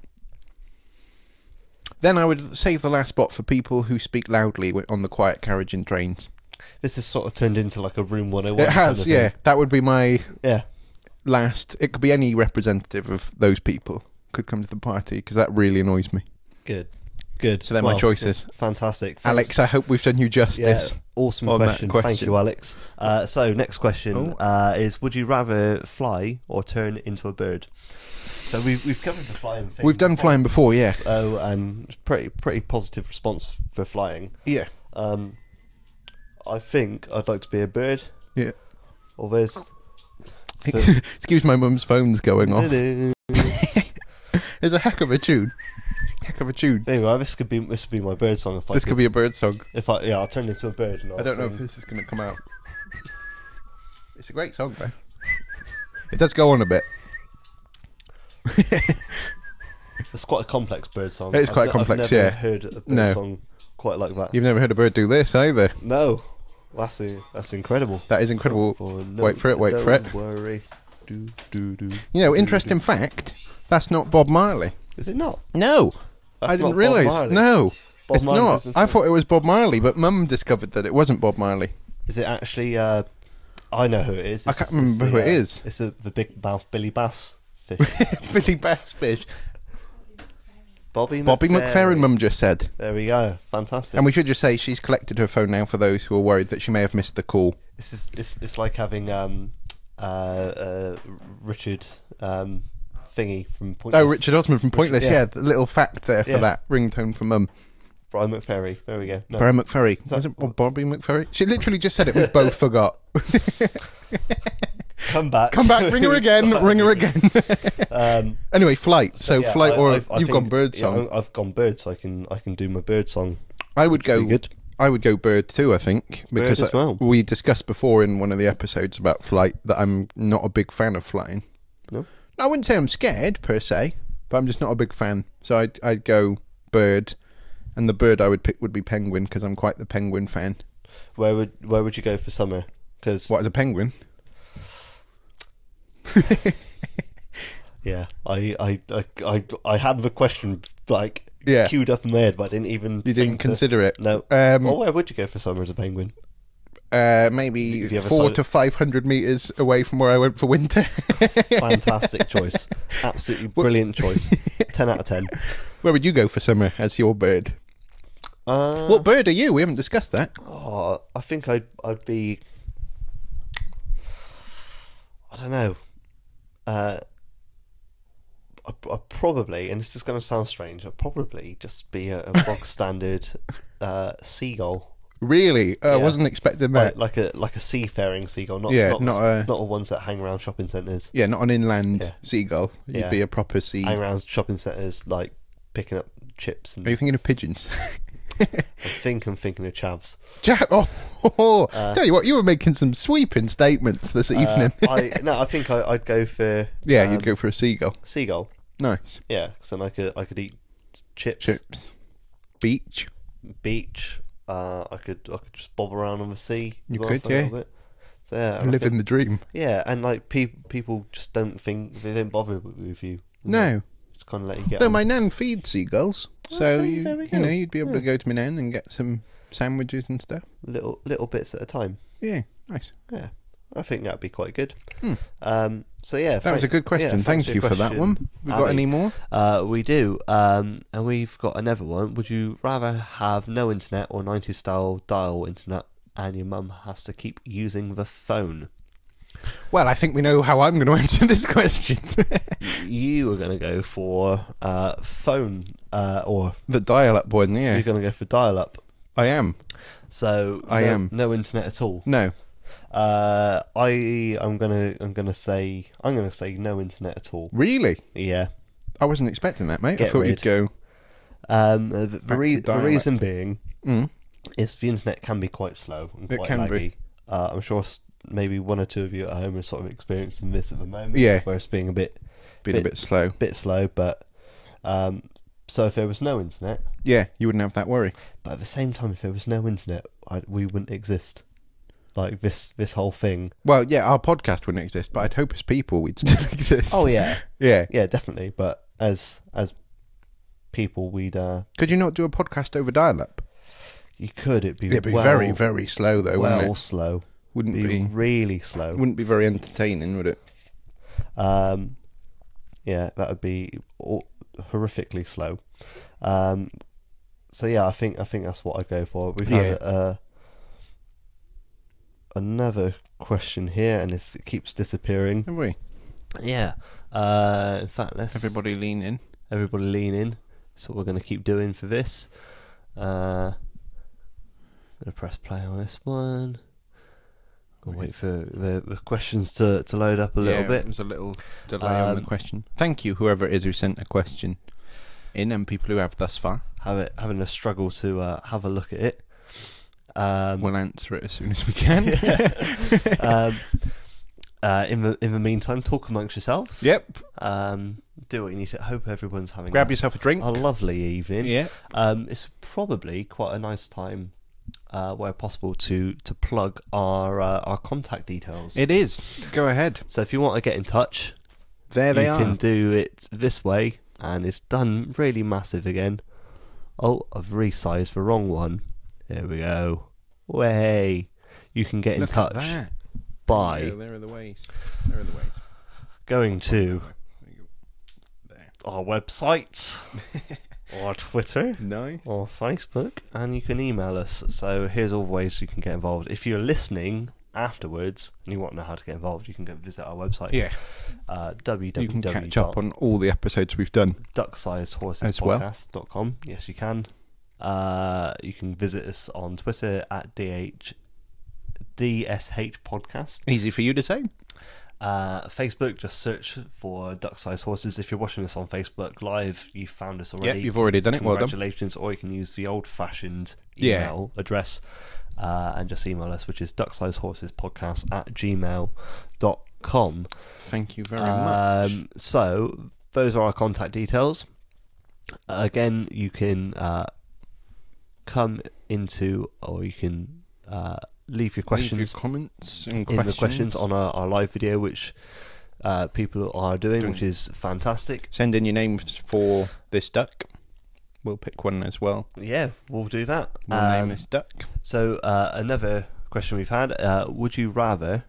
Speaker 1: Then I would save the last spot for people who speak loudly wi- on the quiet carriage in trains.
Speaker 2: This has sort of turned into like a room 101.
Speaker 1: It has,
Speaker 2: kind
Speaker 1: yeah.
Speaker 2: of thing.
Speaker 1: That would be my
Speaker 2: Yeah.
Speaker 1: last. It could be any representative of those people could come to the party because that really annoys me.
Speaker 2: Good. Good.
Speaker 1: So they're my choices.
Speaker 2: Fantastic. Thanks.
Speaker 1: Alex, I hope we've done you
Speaker 2: Yeah,
Speaker 1: justice.
Speaker 2: awesome
Speaker 1: on that
Speaker 2: question. Thank
Speaker 1: question.
Speaker 2: you, Alex. Uh, so, next question
Speaker 1: Oh.
Speaker 2: uh, is: Would you rather fly or turn into a bird? So we've we've covered the flying thing.
Speaker 1: We've done flying before, yeah.
Speaker 2: Oh, and pretty pretty positive response for flying.
Speaker 1: Yeah.
Speaker 2: Um, I think I'd like to be a bird.
Speaker 1: Yeah.
Speaker 2: Or there's.
Speaker 1: <laughs> Excuse my mum's phone's going off. It's a heck of a tune. Heck of a tune.
Speaker 2: <laughs> Anyway, this could be this would be my bird song if I
Speaker 1: This could be a bird song.
Speaker 2: if I yeah I turned into a bird and I,
Speaker 1: I don't know if
Speaker 2: sing-
Speaker 1: this is going to come out. It's a great song, though. It does go on a bit.
Speaker 2: it's quite a complex bird song.
Speaker 1: It is
Speaker 2: I've
Speaker 1: quite
Speaker 2: ne-
Speaker 1: complex,
Speaker 2: I've never
Speaker 1: yeah.
Speaker 2: heard a bird
Speaker 1: No.
Speaker 2: song quite like that.
Speaker 1: You've never heard a bird do this either.
Speaker 2: No, that's i- that's incredible.
Speaker 1: That is incredible.
Speaker 2: For
Speaker 1: wait for it, wait for
Speaker 2: Don't
Speaker 1: it.
Speaker 2: worry. Do, do, do.
Speaker 1: You know, interesting fact that's not Bob Marley.
Speaker 2: Is it not?
Speaker 1: No.
Speaker 2: That's not
Speaker 1: I didn't
Speaker 2: Bob
Speaker 1: realise.
Speaker 2: Marley.
Speaker 1: No.
Speaker 2: Bob
Speaker 1: it's
Speaker 2: Marley
Speaker 1: not.
Speaker 2: doesn't
Speaker 1: I
Speaker 2: sing.
Speaker 1: thought it was Bob Marley, but Mum discovered that it wasn't Bob Marley. <laughs>
Speaker 2: Is it actually? Uh, I know who it is.
Speaker 1: I
Speaker 2: It's-
Speaker 1: can't remember
Speaker 2: it's the,
Speaker 1: who it is.
Speaker 2: It's the, the big mouth Billy Bass fish.
Speaker 1: <laughs> Billy Bassfish.
Speaker 2: Bobby.
Speaker 1: Bobby McFerrin,
Speaker 2: McFerrin.
Speaker 1: Mum just said.
Speaker 2: There we go. Fantastic.
Speaker 1: And we should just say she's collected her phone now for those who are worried that she may have missed the call.
Speaker 2: This is it's, it's like having um uh, uh Richard um thingy from Pointless.
Speaker 1: Oh, Richard Osman from Pointless.
Speaker 2: yeah.
Speaker 1: yeah. the little fact there for
Speaker 2: Yeah.
Speaker 1: that ringtone from Mum.
Speaker 2: Brian McFerry. There we go. No.
Speaker 1: Brian Mcferry.
Speaker 2: that-
Speaker 1: Wasn't Bob Bobby McFerry? She literally just said
Speaker 2: <laughs>
Speaker 1: it. We both forgot.
Speaker 2: Come back.
Speaker 1: Come back, ring
Speaker 2: <laughs>
Speaker 1: her again, ring her again.
Speaker 2: Um,
Speaker 1: <laughs> anyway, flight. So
Speaker 2: yeah,
Speaker 1: flight,
Speaker 2: I-
Speaker 1: or
Speaker 2: I've- I
Speaker 1: you've
Speaker 2: think-
Speaker 1: gone bird
Speaker 2: yeah,
Speaker 1: song.
Speaker 2: I- I've gone bird, so I can I can do my bird song.
Speaker 1: I would go.
Speaker 2: Pretty good.
Speaker 1: I would go bird too. I think because
Speaker 2: as
Speaker 1: I-
Speaker 2: well.
Speaker 1: we discussed before in one of the episodes about flight that I'm not a big fan of flying.
Speaker 2: No?
Speaker 1: I wouldn't say I'm scared per se, but I'm just not a big fan. So I'd I'd go bird, and the bird I would pick would be penguin because I'm quite the penguin fan.
Speaker 2: Where would where would you go for summer? Because
Speaker 1: What is a penguin?
Speaker 2: yeah, I I, I I I had the question like
Speaker 1: Yeah.
Speaker 2: queued up in my head, but I didn't even
Speaker 1: You didn't
Speaker 2: think to-
Speaker 1: consider it.
Speaker 2: no. Oh.
Speaker 1: Um,
Speaker 2: well, where would you go for summer as a
Speaker 1: <laughs>
Speaker 2: penguin?
Speaker 1: Uh, maybe
Speaker 2: If you have a
Speaker 1: four
Speaker 2: solid-
Speaker 1: to five hundred meters away from where I went for winter. <laughs>
Speaker 2: Fantastic choice, absolutely brilliant
Speaker 1: <laughs>
Speaker 2: choice. ten out of ten.
Speaker 1: where would you go for summer as your bird?
Speaker 2: Uh,
Speaker 1: What bird are you? We haven't discussed that.
Speaker 2: Oh, I think I'd I'd be. I don't know. Uh, I, I probably, and this is going to sound strange, I'd probably just be a, a
Speaker 1: <laughs>
Speaker 2: bog standard uh, seagull,
Speaker 1: Really, I
Speaker 2: Yeah.
Speaker 1: wasn't expecting that.
Speaker 2: like, like a like a seafaring seagull, not
Speaker 1: Yeah,
Speaker 2: not,
Speaker 1: not
Speaker 2: the,
Speaker 1: a-
Speaker 2: not the ones that hang around shopping centres,
Speaker 1: yeah, not an inland
Speaker 2: Yeah.
Speaker 1: seagull. You'd
Speaker 2: Yeah.
Speaker 1: be a proper sea.
Speaker 2: hang around shopping centres like picking up chips and
Speaker 1: Are you thinking
Speaker 2: <laughs>
Speaker 1: of pigeons?
Speaker 2: I think I'm thinking of
Speaker 1: <laughs>
Speaker 2: chavs.
Speaker 1: Jack, oh, tell you what, you were making some sweeping statements this
Speaker 2: Uh,
Speaker 1: evening. <laughs>
Speaker 2: I no, I think I, I'd go for
Speaker 1: yeah,
Speaker 2: um,
Speaker 1: you'd go for a seagull.
Speaker 2: seagull.
Speaker 1: Nice
Speaker 2: Yeah, because then I could I could eat chips,
Speaker 1: chips, beach.
Speaker 2: beach. Uh, I could I could just bob around on the sea.
Speaker 1: You
Speaker 2: well
Speaker 1: could,
Speaker 2: for a little
Speaker 1: yeah.
Speaker 2: bit. So yeah, and I
Speaker 1: Living
Speaker 2: could-
Speaker 1: the dream.
Speaker 2: yeah, and like people people just don't think they don't bother with, with you.
Speaker 1: No.
Speaker 2: just kind of let you get.
Speaker 1: No,
Speaker 2: on.
Speaker 1: my nan feeds seagulls, so,
Speaker 2: so
Speaker 1: you,
Speaker 2: there we
Speaker 1: you know
Speaker 2: go.
Speaker 1: you'd be able to go to my nan and get some sandwiches and stuff.
Speaker 2: little little bits at a time.
Speaker 1: Yeah, nice.
Speaker 2: Yeah, I think that'd be quite good. Um, so yeah,
Speaker 1: Hmm. That was a good question. Thank you for that one. We got any more?
Speaker 2: Uh, we do, um, and we've got another one. Would you rather have no internet or 90s style dial internet, and your mum has to keep using the phone?
Speaker 1: Well, I think we know how I'm going to <laughs> answer this question.
Speaker 2: you were going to go for uh, phone, uh, or
Speaker 1: the dial-up one,
Speaker 2: you're
Speaker 1: yeah,
Speaker 2: going to go for dial-up.
Speaker 1: I am.
Speaker 2: So
Speaker 1: I
Speaker 2: no,
Speaker 1: am.
Speaker 2: no internet at all.
Speaker 1: No,
Speaker 2: Uh, I I'm gonna I'm gonna say I'm gonna say no internet at all.
Speaker 1: Really?
Speaker 2: Yeah.
Speaker 1: I wasn't expecting that, mate. I
Speaker 2: Get
Speaker 1: thought
Speaker 2: rid.
Speaker 1: you'd go.
Speaker 2: Um, the, the,
Speaker 1: Back
Speaker 2: re-
Speaker 1: to
Speaker 2: the
Speaker 1: dialect.
Speaker 2: reason being
Speaker 1: Mm,
Speaker 2: is the internet can be quite slow and
Speaker 1: It
Speaker 2: quite
Speaker 1: can
Speaker 2: laggy.
Speaker 1: be.
Speaker 2: Uh, I'm sure s- maybe one or two of you at home are sort of experiencing this at the moment.
Speaker 1: Yeah.
Speaker 2: where it's being a bit
Speaker 1: been a
Speaker 2: Bit-
Speaker 1: bit slow.
Speaker 2: bit slow, but um, so if there was no internet,
Speaker 1: Yeah, you wouldn't have that worry.
Speaker 2: but at the same time, if there was no internet, I, we wouldn't exist. Like this this whole thing.
Speaker 1: Well, yeah, our podcast wouldn't exist, but I'd hope as people we'd still <laughs> exist.
Speaker 2: Oh yeah,
Speaker 1: yeah.
Speaker 2: <laughs> yeah, definitely. But as as people, we'd uh,
Speaker 1: Could you not do a podcast over dial-up?
Speaker 2: you could it'd be
Speaker 1: It'd be
Speaker 2: well,
Speaker 1: very, very slow though,
Speaker 2: well
Speaker 1: wouldn't it?
Speaker 2: slow.
Speaker 1: Wouldn't
Speaker 2: It'd be
Speaker 1: be.
Speaker 2: really slow.
Speaker 1: Wouldn't be very entertaining, would it?
Speaker 2: Um, yeah, that would be aw- horrifically slow. Um, so yeah, I think I think that's what I go for. We've had
Speaker 1: Yeah.
Speaker 2: uh, another question here, and it's, it keeps disappearing.
Speaker 1: Have we?
Speaker 2: Yeah. Uh, in fact, let's everybody,
Speaker 1: Everybody lean in.
Speaker 2: everybody lean in. That's what we're going to keep doing for this. Uh, gonna press play on this one. Gonna wait for the, the questions to, to load up a little
Speaker 1: Yeah,
Speaker 2: bit.
Speaker 1: It was a little delay on the
Speaker 2: Um,
Speaker 1: question. Thank you, whoever it is who sent a question in, and people who have thus far.
Speaker 2: have it, having a struggle to uh, have a look at it. Um,
Speaker 1: <laughs> We'll answer it as soon as we can.
Speaker 2: <laughs> um, uh, in the in the meantime, talk amongst yourselves.
Speaker 1: Yep.
Speaker 2: Um, do what you need to. Hope everyone's having
Speaker 1: Grab
Speaker 2: a,
Speaker 1: yourself a drink.
Speaker 2: a lovely evening.
Speaker 1: yeah.
Speaker 2: Um, it's probably quite a nice time, uh, where possible, to to plug our uh, our contact details.
Speaker 1: It is. Go ahead.
Speaker 2: so if you want to get in touch,
Speaker 1: There they
Speaker 2: you
Speaker 1: are.
Speaker 2: can do it this way, and it's done really massive again. Oh, I've resized the wrong one. There we go. Way. You can get in
Speaker 1: Look at
Speaker 2: touch
Speaker 1: that.
Speaker 2: by
Speaker 1: Yeah, there are the ways. There are the ways.
Speaker 2: going to
Speaker 1: There you go. There.
Speaker 2: our
Speaker 1: <laughs>
Speaker 2: website, or Twitter,
Speaker 1: Nice.
Speaker 2: or Facebook, and you can email us. So here's all the ways you can get involved. If you're listening afterwards and you want to know how to get involved, you can go visit our website.
Speaker 1: yeah.
Speaker 2: Uh,
Speaker 1: You can catch up on all the episodes we've done. As well.
Speaker 2: ducksizedhorsespodcast.com. Yes, you can. Uh, you can visit us on Twitter at DH, DSH Podcast.
Speaker 1: Easy for you to say.
Speaker 2: Uh, Facebook, just search for Duck Size Horses. If you're watching this on Facebook Live, you found us
Speaker 1: Yeah,
Speaker 2: already.
Speaker 1: you've already done it. Well done.
Speaker 2: Congratulations. Or you can use the old fashioned
Speaker 1: Yeah.
Speaker 2: email address uh, and just email us, which is ducksizehorsespodcast at gmail.com.
Speaker 1: Thank you very much.
Speaker 2: Um, so those are our contact details. Again, you can uh, come into, or you can uh, leave your questions
Speaker 1: Leave your comments and
Speaker 2: in
Speaker 1: questions.
Speaker 2: the questions on our, our live video, which uh, people are doing,
Speaker 1: Doing.
Speaker 2: which is fantastic.
Speaker 1: Send in your names for this duck. We'll pick one as well.
Speaker 2: Yeah, we'll do that.
Speaker 1: We'll
Speaker 2: Um,
Speaker 1: name this duck.
Speaker 2: So uh, another question we've had: uh, Would you rather,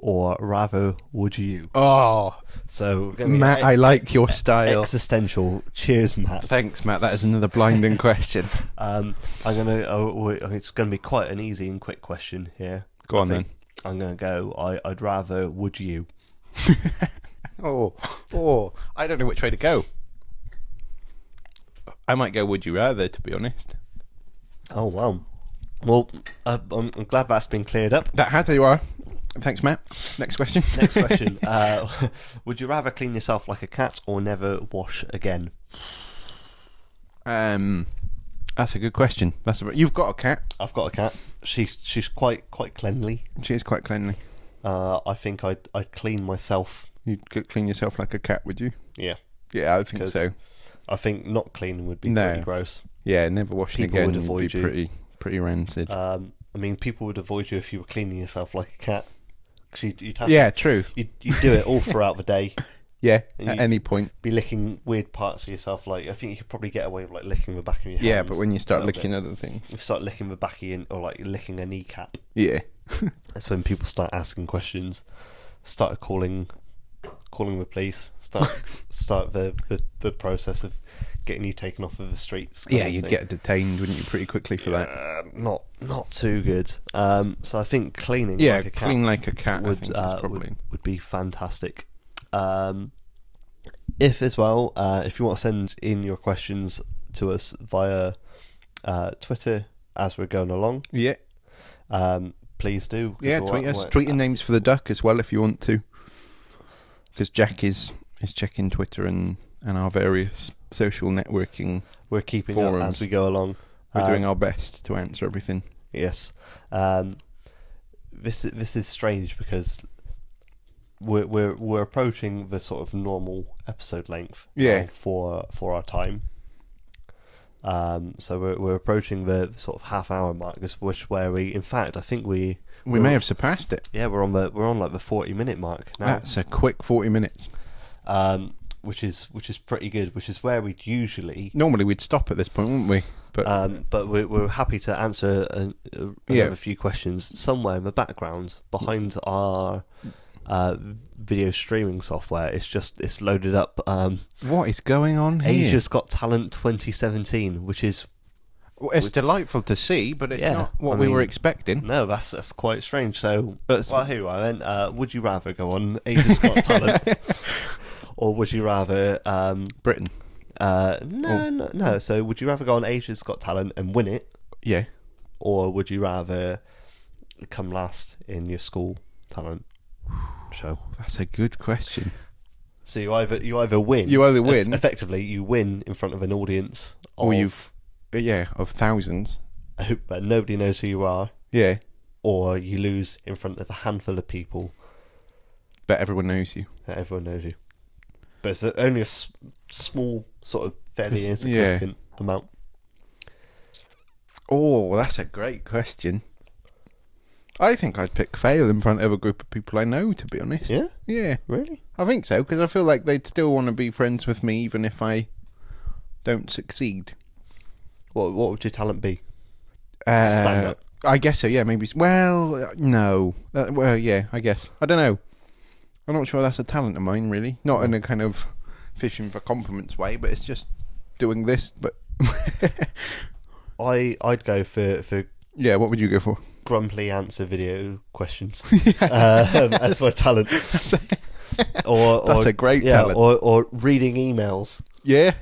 Speaker 2: or rather, would you?
Speaker 1: Oh,
Speaker 2: So we're gonna be
Speaker 1: Matt, I like your style.
Speaker 2: existential. Cheers, Matt.
Speaker 1: Thanks, Matt. That is another <laughs> blinding question.
Speaker 2: Um, I'm gonna. Uh, we- it's gonna be quite an easy and quick question here.
Speaker 1: Go
Speaker 2: I
Speaker 1: on
Speaker 2: think I'm gonna go. I, I'd rather. Would you?
Speaker 1: Oh, oh, I don't know which way to go. I might go. Would you rather? To be honest,
Speaker 2: Oh well. Well, uh, I'm, I'm glad that's been cleared up.
Speaker 1: that how there you are. Thanks, Matt. Next question.
Speaker 2: Next
Speaker 1: <laughs>
Speaker 2: question. Uh, <laughs> would you rather clean yourself like a cat or never wash again?
Speaker 1: um, that's a good question. That's a, you've got a cat.
Speaker 2: I've got a cat. She's she's quite quite cleanly.
Speaker 1: She is quite cleanly.
Speaker 2: Uh, I think I'd I'd clean myself.
Speaker 1: You'd go clean yourself like a cat, would you?
Speaker 2: Yeah.
Speaker 1: Yeah, I think
Speaker 2: 'Cause-
Speaker 1: so.
Speaker 2: I think not cleaning would be
Speaker 1: No.
Speaker 2: pretty gross.
Speaker 1: Yeah, never washing
Speaker 2: People
Speaker 1: again.
Speaker 2: would
Speaker 1: you'd
Speaker 2: avoid
Speaker 1: be
Speaker 2: you.
Speaker 1: pretty, pretty rancid.
Speaker 2: Um, I mean, people would avoid you if you were cleaning yourself like a cat. 'Cause you'd, you'd have
Speaker 1: yeah, true.
Speaker 2: You'd, you'd do
Speaker 1: <laughs>
Speaker 2: it all throughout the day.
Speaker 1: Yeah,
Speaker 2: And
Speaker 1: at
Speaker 2: you-
Speaker 1: any point.
Speaker 2: Be licking weird parts of yourself. Like I think you could probably get away with like licking the back of your
Speaker 1: Yeah,
Speaker 2: hands
Speaker 1: but when you
Speaker 2: a
Speaker 1: start
Speaker 2: little
Speaker 1: licking
Speaker 2: bit.
Speaker 1: other things,
Speaker 2: If you start licking the back of your, or like licking a kneecap.
Speaker 1: yeah,
Speaker 2: That's when people start asking questions, start calling, calling the police,
Speaker 1: <laughs>
Speaker 2: start start the, the, the process of getting you taken off of the streets. kind
Speaker 1: yeah,
Speaker 2: of
Speaker 1: you'd
Speaker 2: thing.
Speaker 1: get detained, wouldn't you, pretty quickly for that?
Speaker 2: Uh, not not too good. Um, so I think cleaning
Speaker 1: Yeah,
Speaker 2: like a cat
Speaker 1: clean like a cat. I
Speaker 2: would,
Speaker 1: think
Speaker 2: uh,
Speaker 1: is probably.
Speaker 2: would would be fantastic. Um, if as well, uh, if you want to send in your questions to us via uh, Twitter as we're going along,
Speaker 1: Yeah,
Speaker 2: um, please do. 'cause
Speaker 1: Yeah,
Speaker 2: we'll-
Speaker 1: tweet us.
Speaker 2: we'll-
Speaker 1: Tweet your names for the duck as well if you want to. Because Jack is is checking Twitter and and our various social networking.
Speaker 2: We're keeping up
Speaker 1: forums.
Speaker 2: as we go along.
Speaker 1: We're
Speaker 2: Um,
Speaker 1: doing our best to answer everything.
Speaker 2: Yes. Um, this this is strange because we're we're we're approaching the sort of normal episode length.
Speaker 1: Yeah.
Speaker 2: now For for our time. Um, so we're we're approaching the sort of half hour mark, this- which where we, in fact, I think we
Speaker 1: We may have surpassed it.
Speaker 2: yeah we're on the we're on like the forty minute mark now,
Speaker 1: That's a quick forty minutes.
Speaker 2: um, which is which is pretty good, which is where we'd usually.
Speaker 1: Normally we'd stop at this point, wouldn't we? But
Speaker 2: Um, but we're, we're happy to answer a, a, another
Speaker 1: Yeah.
Speaker 2: few questions somewhere in the background behind our uh, video streaming software. It's just it's loaded up. Um,
Speaker 1: what is going on here?
Speaker 2: Asia's Got Talent 2017, which is
Speaker 1: Well, it's delightful to see, but it's
Speaker 2: Yeah,
Speaker 1: not what
Speaker 2: I
Speaker 1: we were
Speaker 2: mean-
Speaker 1: expecting.
Speaker 2: no, that's that's quite strange. So,
Speaker 1: That's-
Speaker 2: well, here I went. Uh, would you rather go on Asia's Got
Speaker 1: <laughs>
Speaker 2: Talent, or would you rather? Um,
Speaker 1: Britain,
Speaker 2: uh, no, no, no. So, would you rather go on Asia's Got Talent and win it,
Speaker 1: yeah.
Speaker 2: or would you rather come last in your school talent show?
Speaker 1: That's a good question.
Speaker 2: So you either you either win,
Speaker 1: You either
Speaker 2: eff-
Speaker 1: win.
Speaker 2: effectively you win in front of an audience,
Speaker 1: Or
Speaker 2: of,
Speaker 1: you've, yeah, of thousands.
Speaker 2: but nobody knows who you are,
Speaker 1: Yeah,
Speaker 2: or you lose in front of a handful of people
Speaker 1: but everyone knows you.
Speaker 2: that everyone knows you. But it's a- only a s- small sort of fairly
Speaker 1: Just-
Speaker 2: insignificant amount.
Speaker 1: Oh, that's a great question. I think I'd pick fail in front of a group of people I know, to be honest.
Speaker 2: Yeah,
Speaker 1: Yeah,
Speaker 2: really?
Speaker 1: I think so, because I feel like they'd still want to be friends with me even if I don't succeed.
Speaker 2: What what would your talent be?
Speaker 1: Uh,
Speaker 2: Stand up.
Speaker 1: I guess so, yeah, maybe. s- Well, uh, no. Uh, well, yeah, I guess. I don't know. I'm not sure that's a talent of mine, really. Not in a kind of fishing for compliments way, but it's just doing this. But <laughs>
Speaker 2: I I'd go for for
Speaker 1: yeah, what would you go for?
Speaker 2: grumpily answer video
Speaker 1: <laughs>
Speaker 2: questions um, as my talent. or, or
Speaker 1: <laughs> That's a great
Speaker 2: yeah,
Speaker 1: talent.
Speaker 2: Or, or reading emails.
Speaker 1: Yeah,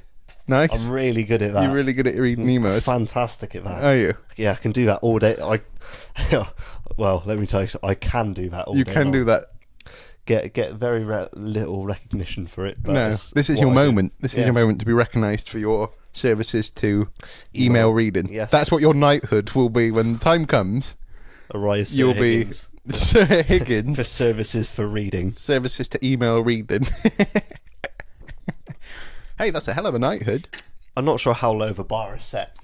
Speaker 1: nice.
Speaker 2: I'm really good at that.
Speaker 1: You're really Uh, good at reading emails.
Speaker 2: fantastic at that.
Speaker 1: Are Oh, you?
Speaker 2: yeah, I can do that all day. I <laughs> well, let me tell you, I can do that all
Speaker 1: You
Speaker 2: day.
Speaker 1: can
Speaker 2: long.
Speaker 1: do that.
Speaker 2: Get get very re- little recognition for it. But
Speaker 1: No,
Speaker 2: it's
Speaker 1: this is
Speaker 2: what
Speaker 1: your
Speaker 2: I do.
Speaker 1: moment. This
Speaker 2: Yeah.
Speaker 1: is your moment to be recognised for your services to email,
Speaker 2: Email.
Speaker 1: reading.
Speaker 2: Yes.
Speaker 1: That's what your knighthood will be when the time comes.
Speaker 2: Arise, Sir
Speaker 1: You'll
Speaker 2: Higgins,
Speaker 1: be <laughs> Sir
Speaker 2: for
Speaker 1: Higgins.
Speaker 2: services for reading.
Speaker 1: <laughs> services to email reading. <laughs> hey, that's a hell of a knighthood.
Speaker 2: I'm not sure how low the bar is set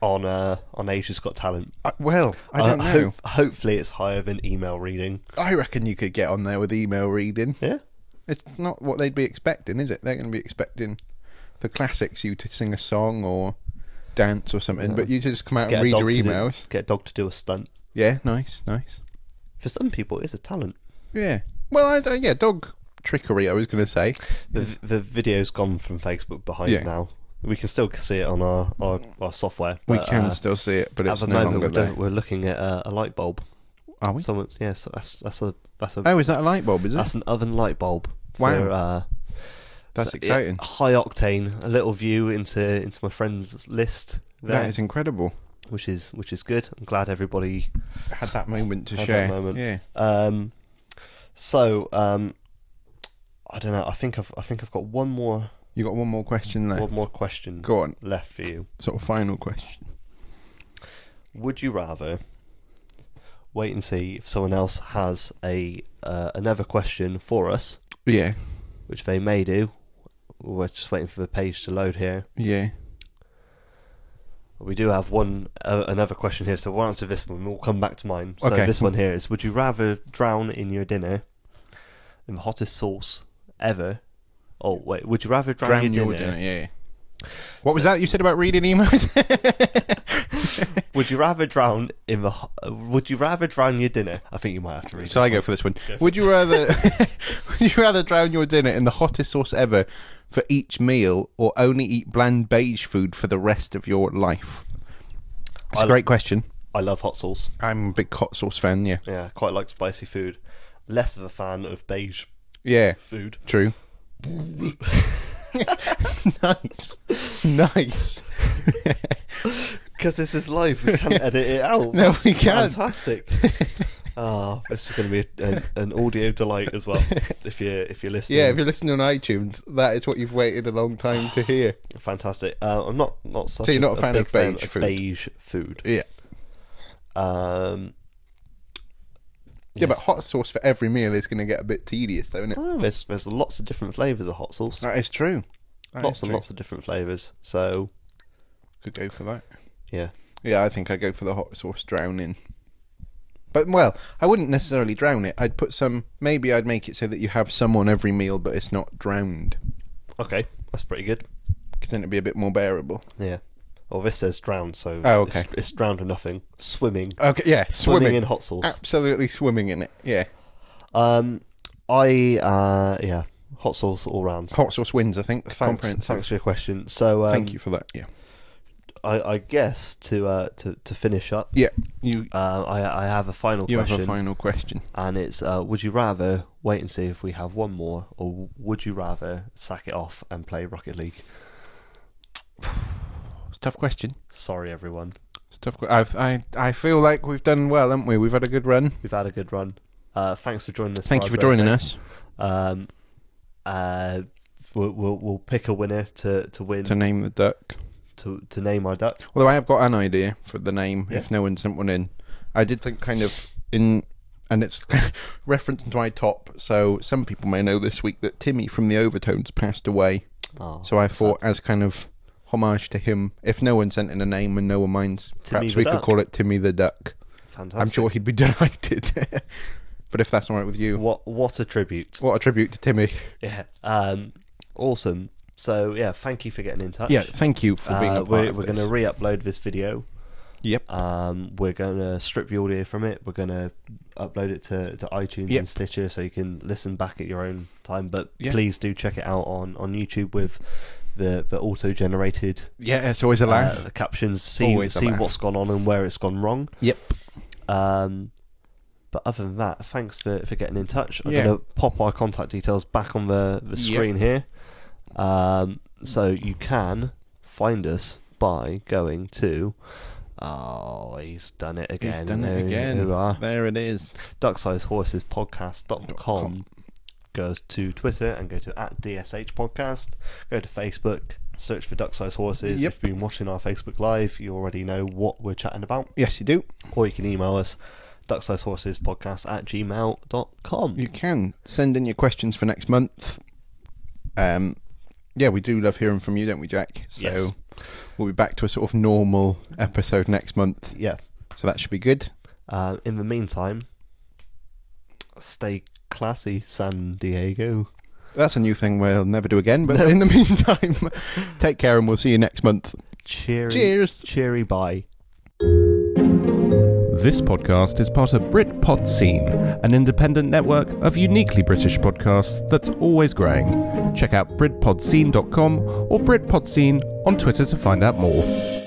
Speaker 2: on uh, on Asia's Got Talent.
Speaker 1: I, well, I don't
Speaker 2: Uh,
Speaker 1: know.
Speaker 2: hope- hopefully, it's higher than email reading.
Speaker 1: I reckon you could get on there with email reading.
Speaker 2: Yeah.
Speaker 1: It's not what they'd be expecting, is it? They're going to be expecting the classics, you to sing a song or dance or something, but you just come out and
Speaker 2: a
Speaker 1: read
Speaker 2: dog
Speaker 1: your
Speaker 2: to do-
Speaker 1: emails.
Speaker 2: get a dog to do a stunt.
Speaker 1: Yeah, nice, nice.
Speaker 2: For some people, it's a talent.
Speaker 1: Yeah. Well, I, don't- yeah, dog trickery. I was going to say.
Speaker 2: The, the video's gone from Facebook behind
Speaker 1: Yeah.
Speaker 2: now. We can still see it on our, our, our software.
Speaker 1: We
Speaker 2: but,
Speaker 1: can
Speaker 2: uh,
Speaker 1: still see it, but
Speaker 2: at
Speaker 1: it's
Speaker 2: the
Speaker 1: no
Speaker 2: moment,
Speaker 1: longer
Speaker 2: we're,
Speaker 1: there.
Speaker 2: doing- we're looking at uh, a, a light bulb.
Speaker 1: Are we?
Speaker 2: Someone's yeah, so that's that's a that's a
Speaker 1: Oh, is that a light bulb? Is it?
Speaker 2: that's an oven light bulb.
Speaker 1: Wow.
Speaker 2: for, uh,
Speaker 1: That's
Speaker 2: so, yeah,
Speaker 1: exciting.
Speaker 2: high octane. A little view into into my friends list there,
Speaker 1: That is incredible.
Speaker 2: which is which is good. I'm glad everybody
Speaker 1: <laughs> Had that moment to
Speaker 2: Had
Speaker 1: share.
Speaker 2: that moment.
Speaker 1: Yeah.
Speaker 2: Um, so um, I don't know. I think I've I think I've got one more
Speaker 1: You got one more question left.
Speaker 2: one more question
Speaker 1: Go on.
Speaker 2: left for you.
Speaker 1: Sort of final question.
Speaker 2: Would you rather wait and see if someone else has a uh, another question for us,
Speaker 1: Yeah.
Speaker 2: which they may do? We're just waiting for the page to load here.
Speaker 1: Yeah.
Speaker 2: We do have one uh, another question here, so we'll answer this one. We'll come back to mine. So
Speaker 1: Okay.
Speaker 2: this one here is: Would you rather drown in your dinner in the hottest sauce ever? Oh wait, would you rather drown,
Speaker 1: Drown
Speaker 2: your,
Speaker 1: your
Speaker 2: dinner?
Speaker 1: dinner. Yeah. What was that you said about reading emails? <laughs>
Speaker 2: Would you rather drown in the? ho- uh, Would you rather drown your dinner? I think you might have to read.
Speaker 1: Shall
Speaker 2: this
Speaker 1: I go
Speaker 2: one.
Speaker 1: for this one? Would you <laughs> rather would you rather drown your dinner in the hottest sauce ever for each meal or only eat bland beige food for the rest of your life? It's
Speaker 2: I
Speaker 1: a
Speaker 2: lo-
Speaker 1: great question.
Speaker 2: I love hot sauce.
Speaker 1: I'm a big hot sauce fan, yeah.
Speaker 2: Yeah, I quite like spicy food. Less of a fan of beige
Speaker 1: Yeah,
Speaker 2: food.
Speaker 1: true. <laughs> nice. <laughs> Nice. <laughs>
Speaker 2: Because this is live, we can't edit it out.
Speaker 1: No,
Speaker 2: That's
Speaker 1: we can't. <laughs>
Speaker 2: Fantastic. Oh, this is going to be an, an audio delight as
Speaker 1: <laughs>
Speaker 2: well. If you if you're listening,
Speaker 1: Yeah, if you're listening on iTunes, that is what you've waited a long time to hear.
Speaker 2: fantastic. Uh, I'm not not such
Speaker 1: So you're not a fan
Speaker 2: big
Speaker 1: of
Speaker 2: fan
Speaker 1: beige
Speaker 2: of
Speaker 1: food?
Speaker 2: beige food.
Speaker 1: <gasps> Yeah.
Speaker 2: Um,
Speaker 1: Yeah, but
Speaker 2: yes.
Speaker 1: hot sauce for every meal is going to get a bit tedious, though, isn't it?
Speaker 2: Oh, there's there's lots of different flavors of hot sauce.
Speaker 1: That is true. That
Speaker 2: lots
Speaker 1: is
Speaker 2: and
Speaker 1: true.
Speaker 2: lots of different flavors. So
Speaker 1: Could go for that.
Speaker 2: yeah,
Speaker 1: Yeah, I think I go for the hot sauce drowning. But well, I wouldn't necessarily drown it. I'd put some. Maybe I'd make it so that you have some on every meal, but it's not drowned,
Speaker 2: okay, that's pretty good.
Speaker 1: because then it'd be a bit more bearable.
Speaker 2: Yeah. Well, this says drowned, so
Speaker 1: Oh, okay.
Speaker 2: it's, it's drowned or nothing. Swimming,
Speaker 1: Okay, yeah,
Speaker 2: swimming,
Speaker 1: swimming, Uh,
Speaker 2: in hot sauce.
Speaker 1: absolutely swimming in it. Yeah,
Speaker 2: Um, I uh, yeah, hot sauce all round.
Speaker 1: hot sauce wins. I think.
Speaker 2: Thanks,
Speaker 1: Comprehensive.
Speaker 2: thanks for your question. So um,
Speaker 1: Thank you for that. Yeah,
Speaker 2: I, I guess to uh, to to finish up,
Speaker 1: yeah. You
Speaker 2: uh, I I have a final
Speaker 1: you
Speaker 2: question,
Speaker 1: have a final question.
Speaker 2: and it's uh, would you rather wait and see if we have one more, or would you rather sack it off and play Rocket League?
Speaker 1: It's a tough question.
Speaker 2: Sorry, everyone,
Speaker 1: It's a tough. que- I've, I I feel like we've done well, haven't we? We've had a good run.
Speaker 2: we've had a good run. Uh, thanks for joining us.
Speaker 1: Thank
Speaker 2: our
Speaker 1: you for joining
Speaker 2: birthday.
Speaker 1: us
Speaker 2: Um, uh, we'll, we'll we'll pick a winner to to win
Speaker 1: to name the duck.
Speaker 2: to to name our duck.
Speaker 1: Although I have got an idea for the name,
Speaker 2: Yeah.
Speaker 1: if no one sent one in. I did think kind of in, and it's <laughs> referenced to my top. So some people may know this week that Timmy from the Overtones passed away.
Speaker 2: Oh,
Speaker 1: So I thought, as kind of homage to him, if no one sent in a name and no one minds,
Speaker 2: Timmy
Speaker 1: perhaps
Speaker 2: the
Speaker 1: we could
Speaker 2: Duck.
Speaker 1: call it Timmy the Duck.
Speaker 2: fantastic.
Speaker 1: I'm sure he'd be <laughs> delighted. but if that's all right with you,
Speaker 2: What what a tribute.
Speaker 1: what a tribute to Timmy.
Speaker 2: Yeah. Um, awesome. So yeah, thank you for getting in touch.
Speaker 1: Yeah, thank you for being
Speaker 2: Uh,
Speaker 1: a part
Speaker 2: we're
Speaker 1: of
Speaker 2: we're
Speaker 1: this.
Speaker 2: going to re-upload this video.
Speaker 1: Yep.
Speaker 2: Um, we're going to strip the audio from it. We're going to upload it to, to iTunes
Speaker 1: Yep.
Speaker 2: and Stitcher, so you can listen back at your own time. But
Speaker 1: Yeah.
Speaker 2: please do check it out on, on YouTube with the the auto generated
Speaker 1: Yeah, it's always a laugh.
Speaker 2: uh, captions. See
Speaker 1: Always a
Speaker 2: see
Speaker 1: laugh.
Speaker 2: what's gone on and where it's gone wrong.
Speaker 1: yep.
Speaker 2: Um, but other than that, thanks for, for getting in touch. I'm
Speaker 1: Yeah.
Speaker 2: going to pop our contact details back on the, the
Speaker 1: Yep.
Speaker 2: screen here. Um, so you can find us by going to. Oh, he's done it again.
Speaker 1: He's done
Speaker 2: There
Speaker 1: it
Speaker 2: you-
Speaker 1: again.
Speaker 2: Uh, There we are.
Speaker 1: There it is.
Speaker 2: Ducksizehorsespodcast.com
Speaker 1: Dot com.
Speaker 2: goes to Twitter and go to at DSH Podcast. Go to Facebook, search for Duck Size Horses.
Speaker 1: Yep.
Speaker 2: If you've been watching our Facebook Live, you already know what we're chatting about
Speaker 1: Yes, you do.
Speaker 2: or you can email us ducksizehorsespodcast at gmail.com.
Speaker 1: You can send in your questions for next month. Um, yeah, we do love hearing from you, don't we, Jack? So
Speaker 2: Yes.
Speaker 1: we'll be back to a sort of normal episode next month.
Speaker 2: Yeah.
Speaker 1: So that should be good.
Speaker 2: Uh, in the meantime, stay classy, San Diego.
Speaker 1: That's a new thing we'll never do again. But in the <laughs> meantime, take care and we'll see you next month.
Speaker 2: Cheery,
Speaker 1: Cheers.
Speaker 2: cheery bye.
Speaker 3: This podcast is part of Britpod Scene, an independent network of uniquely British podcasts that's always growing. Check out BritpodScene.com or BritpodScene on Twitter to find out more.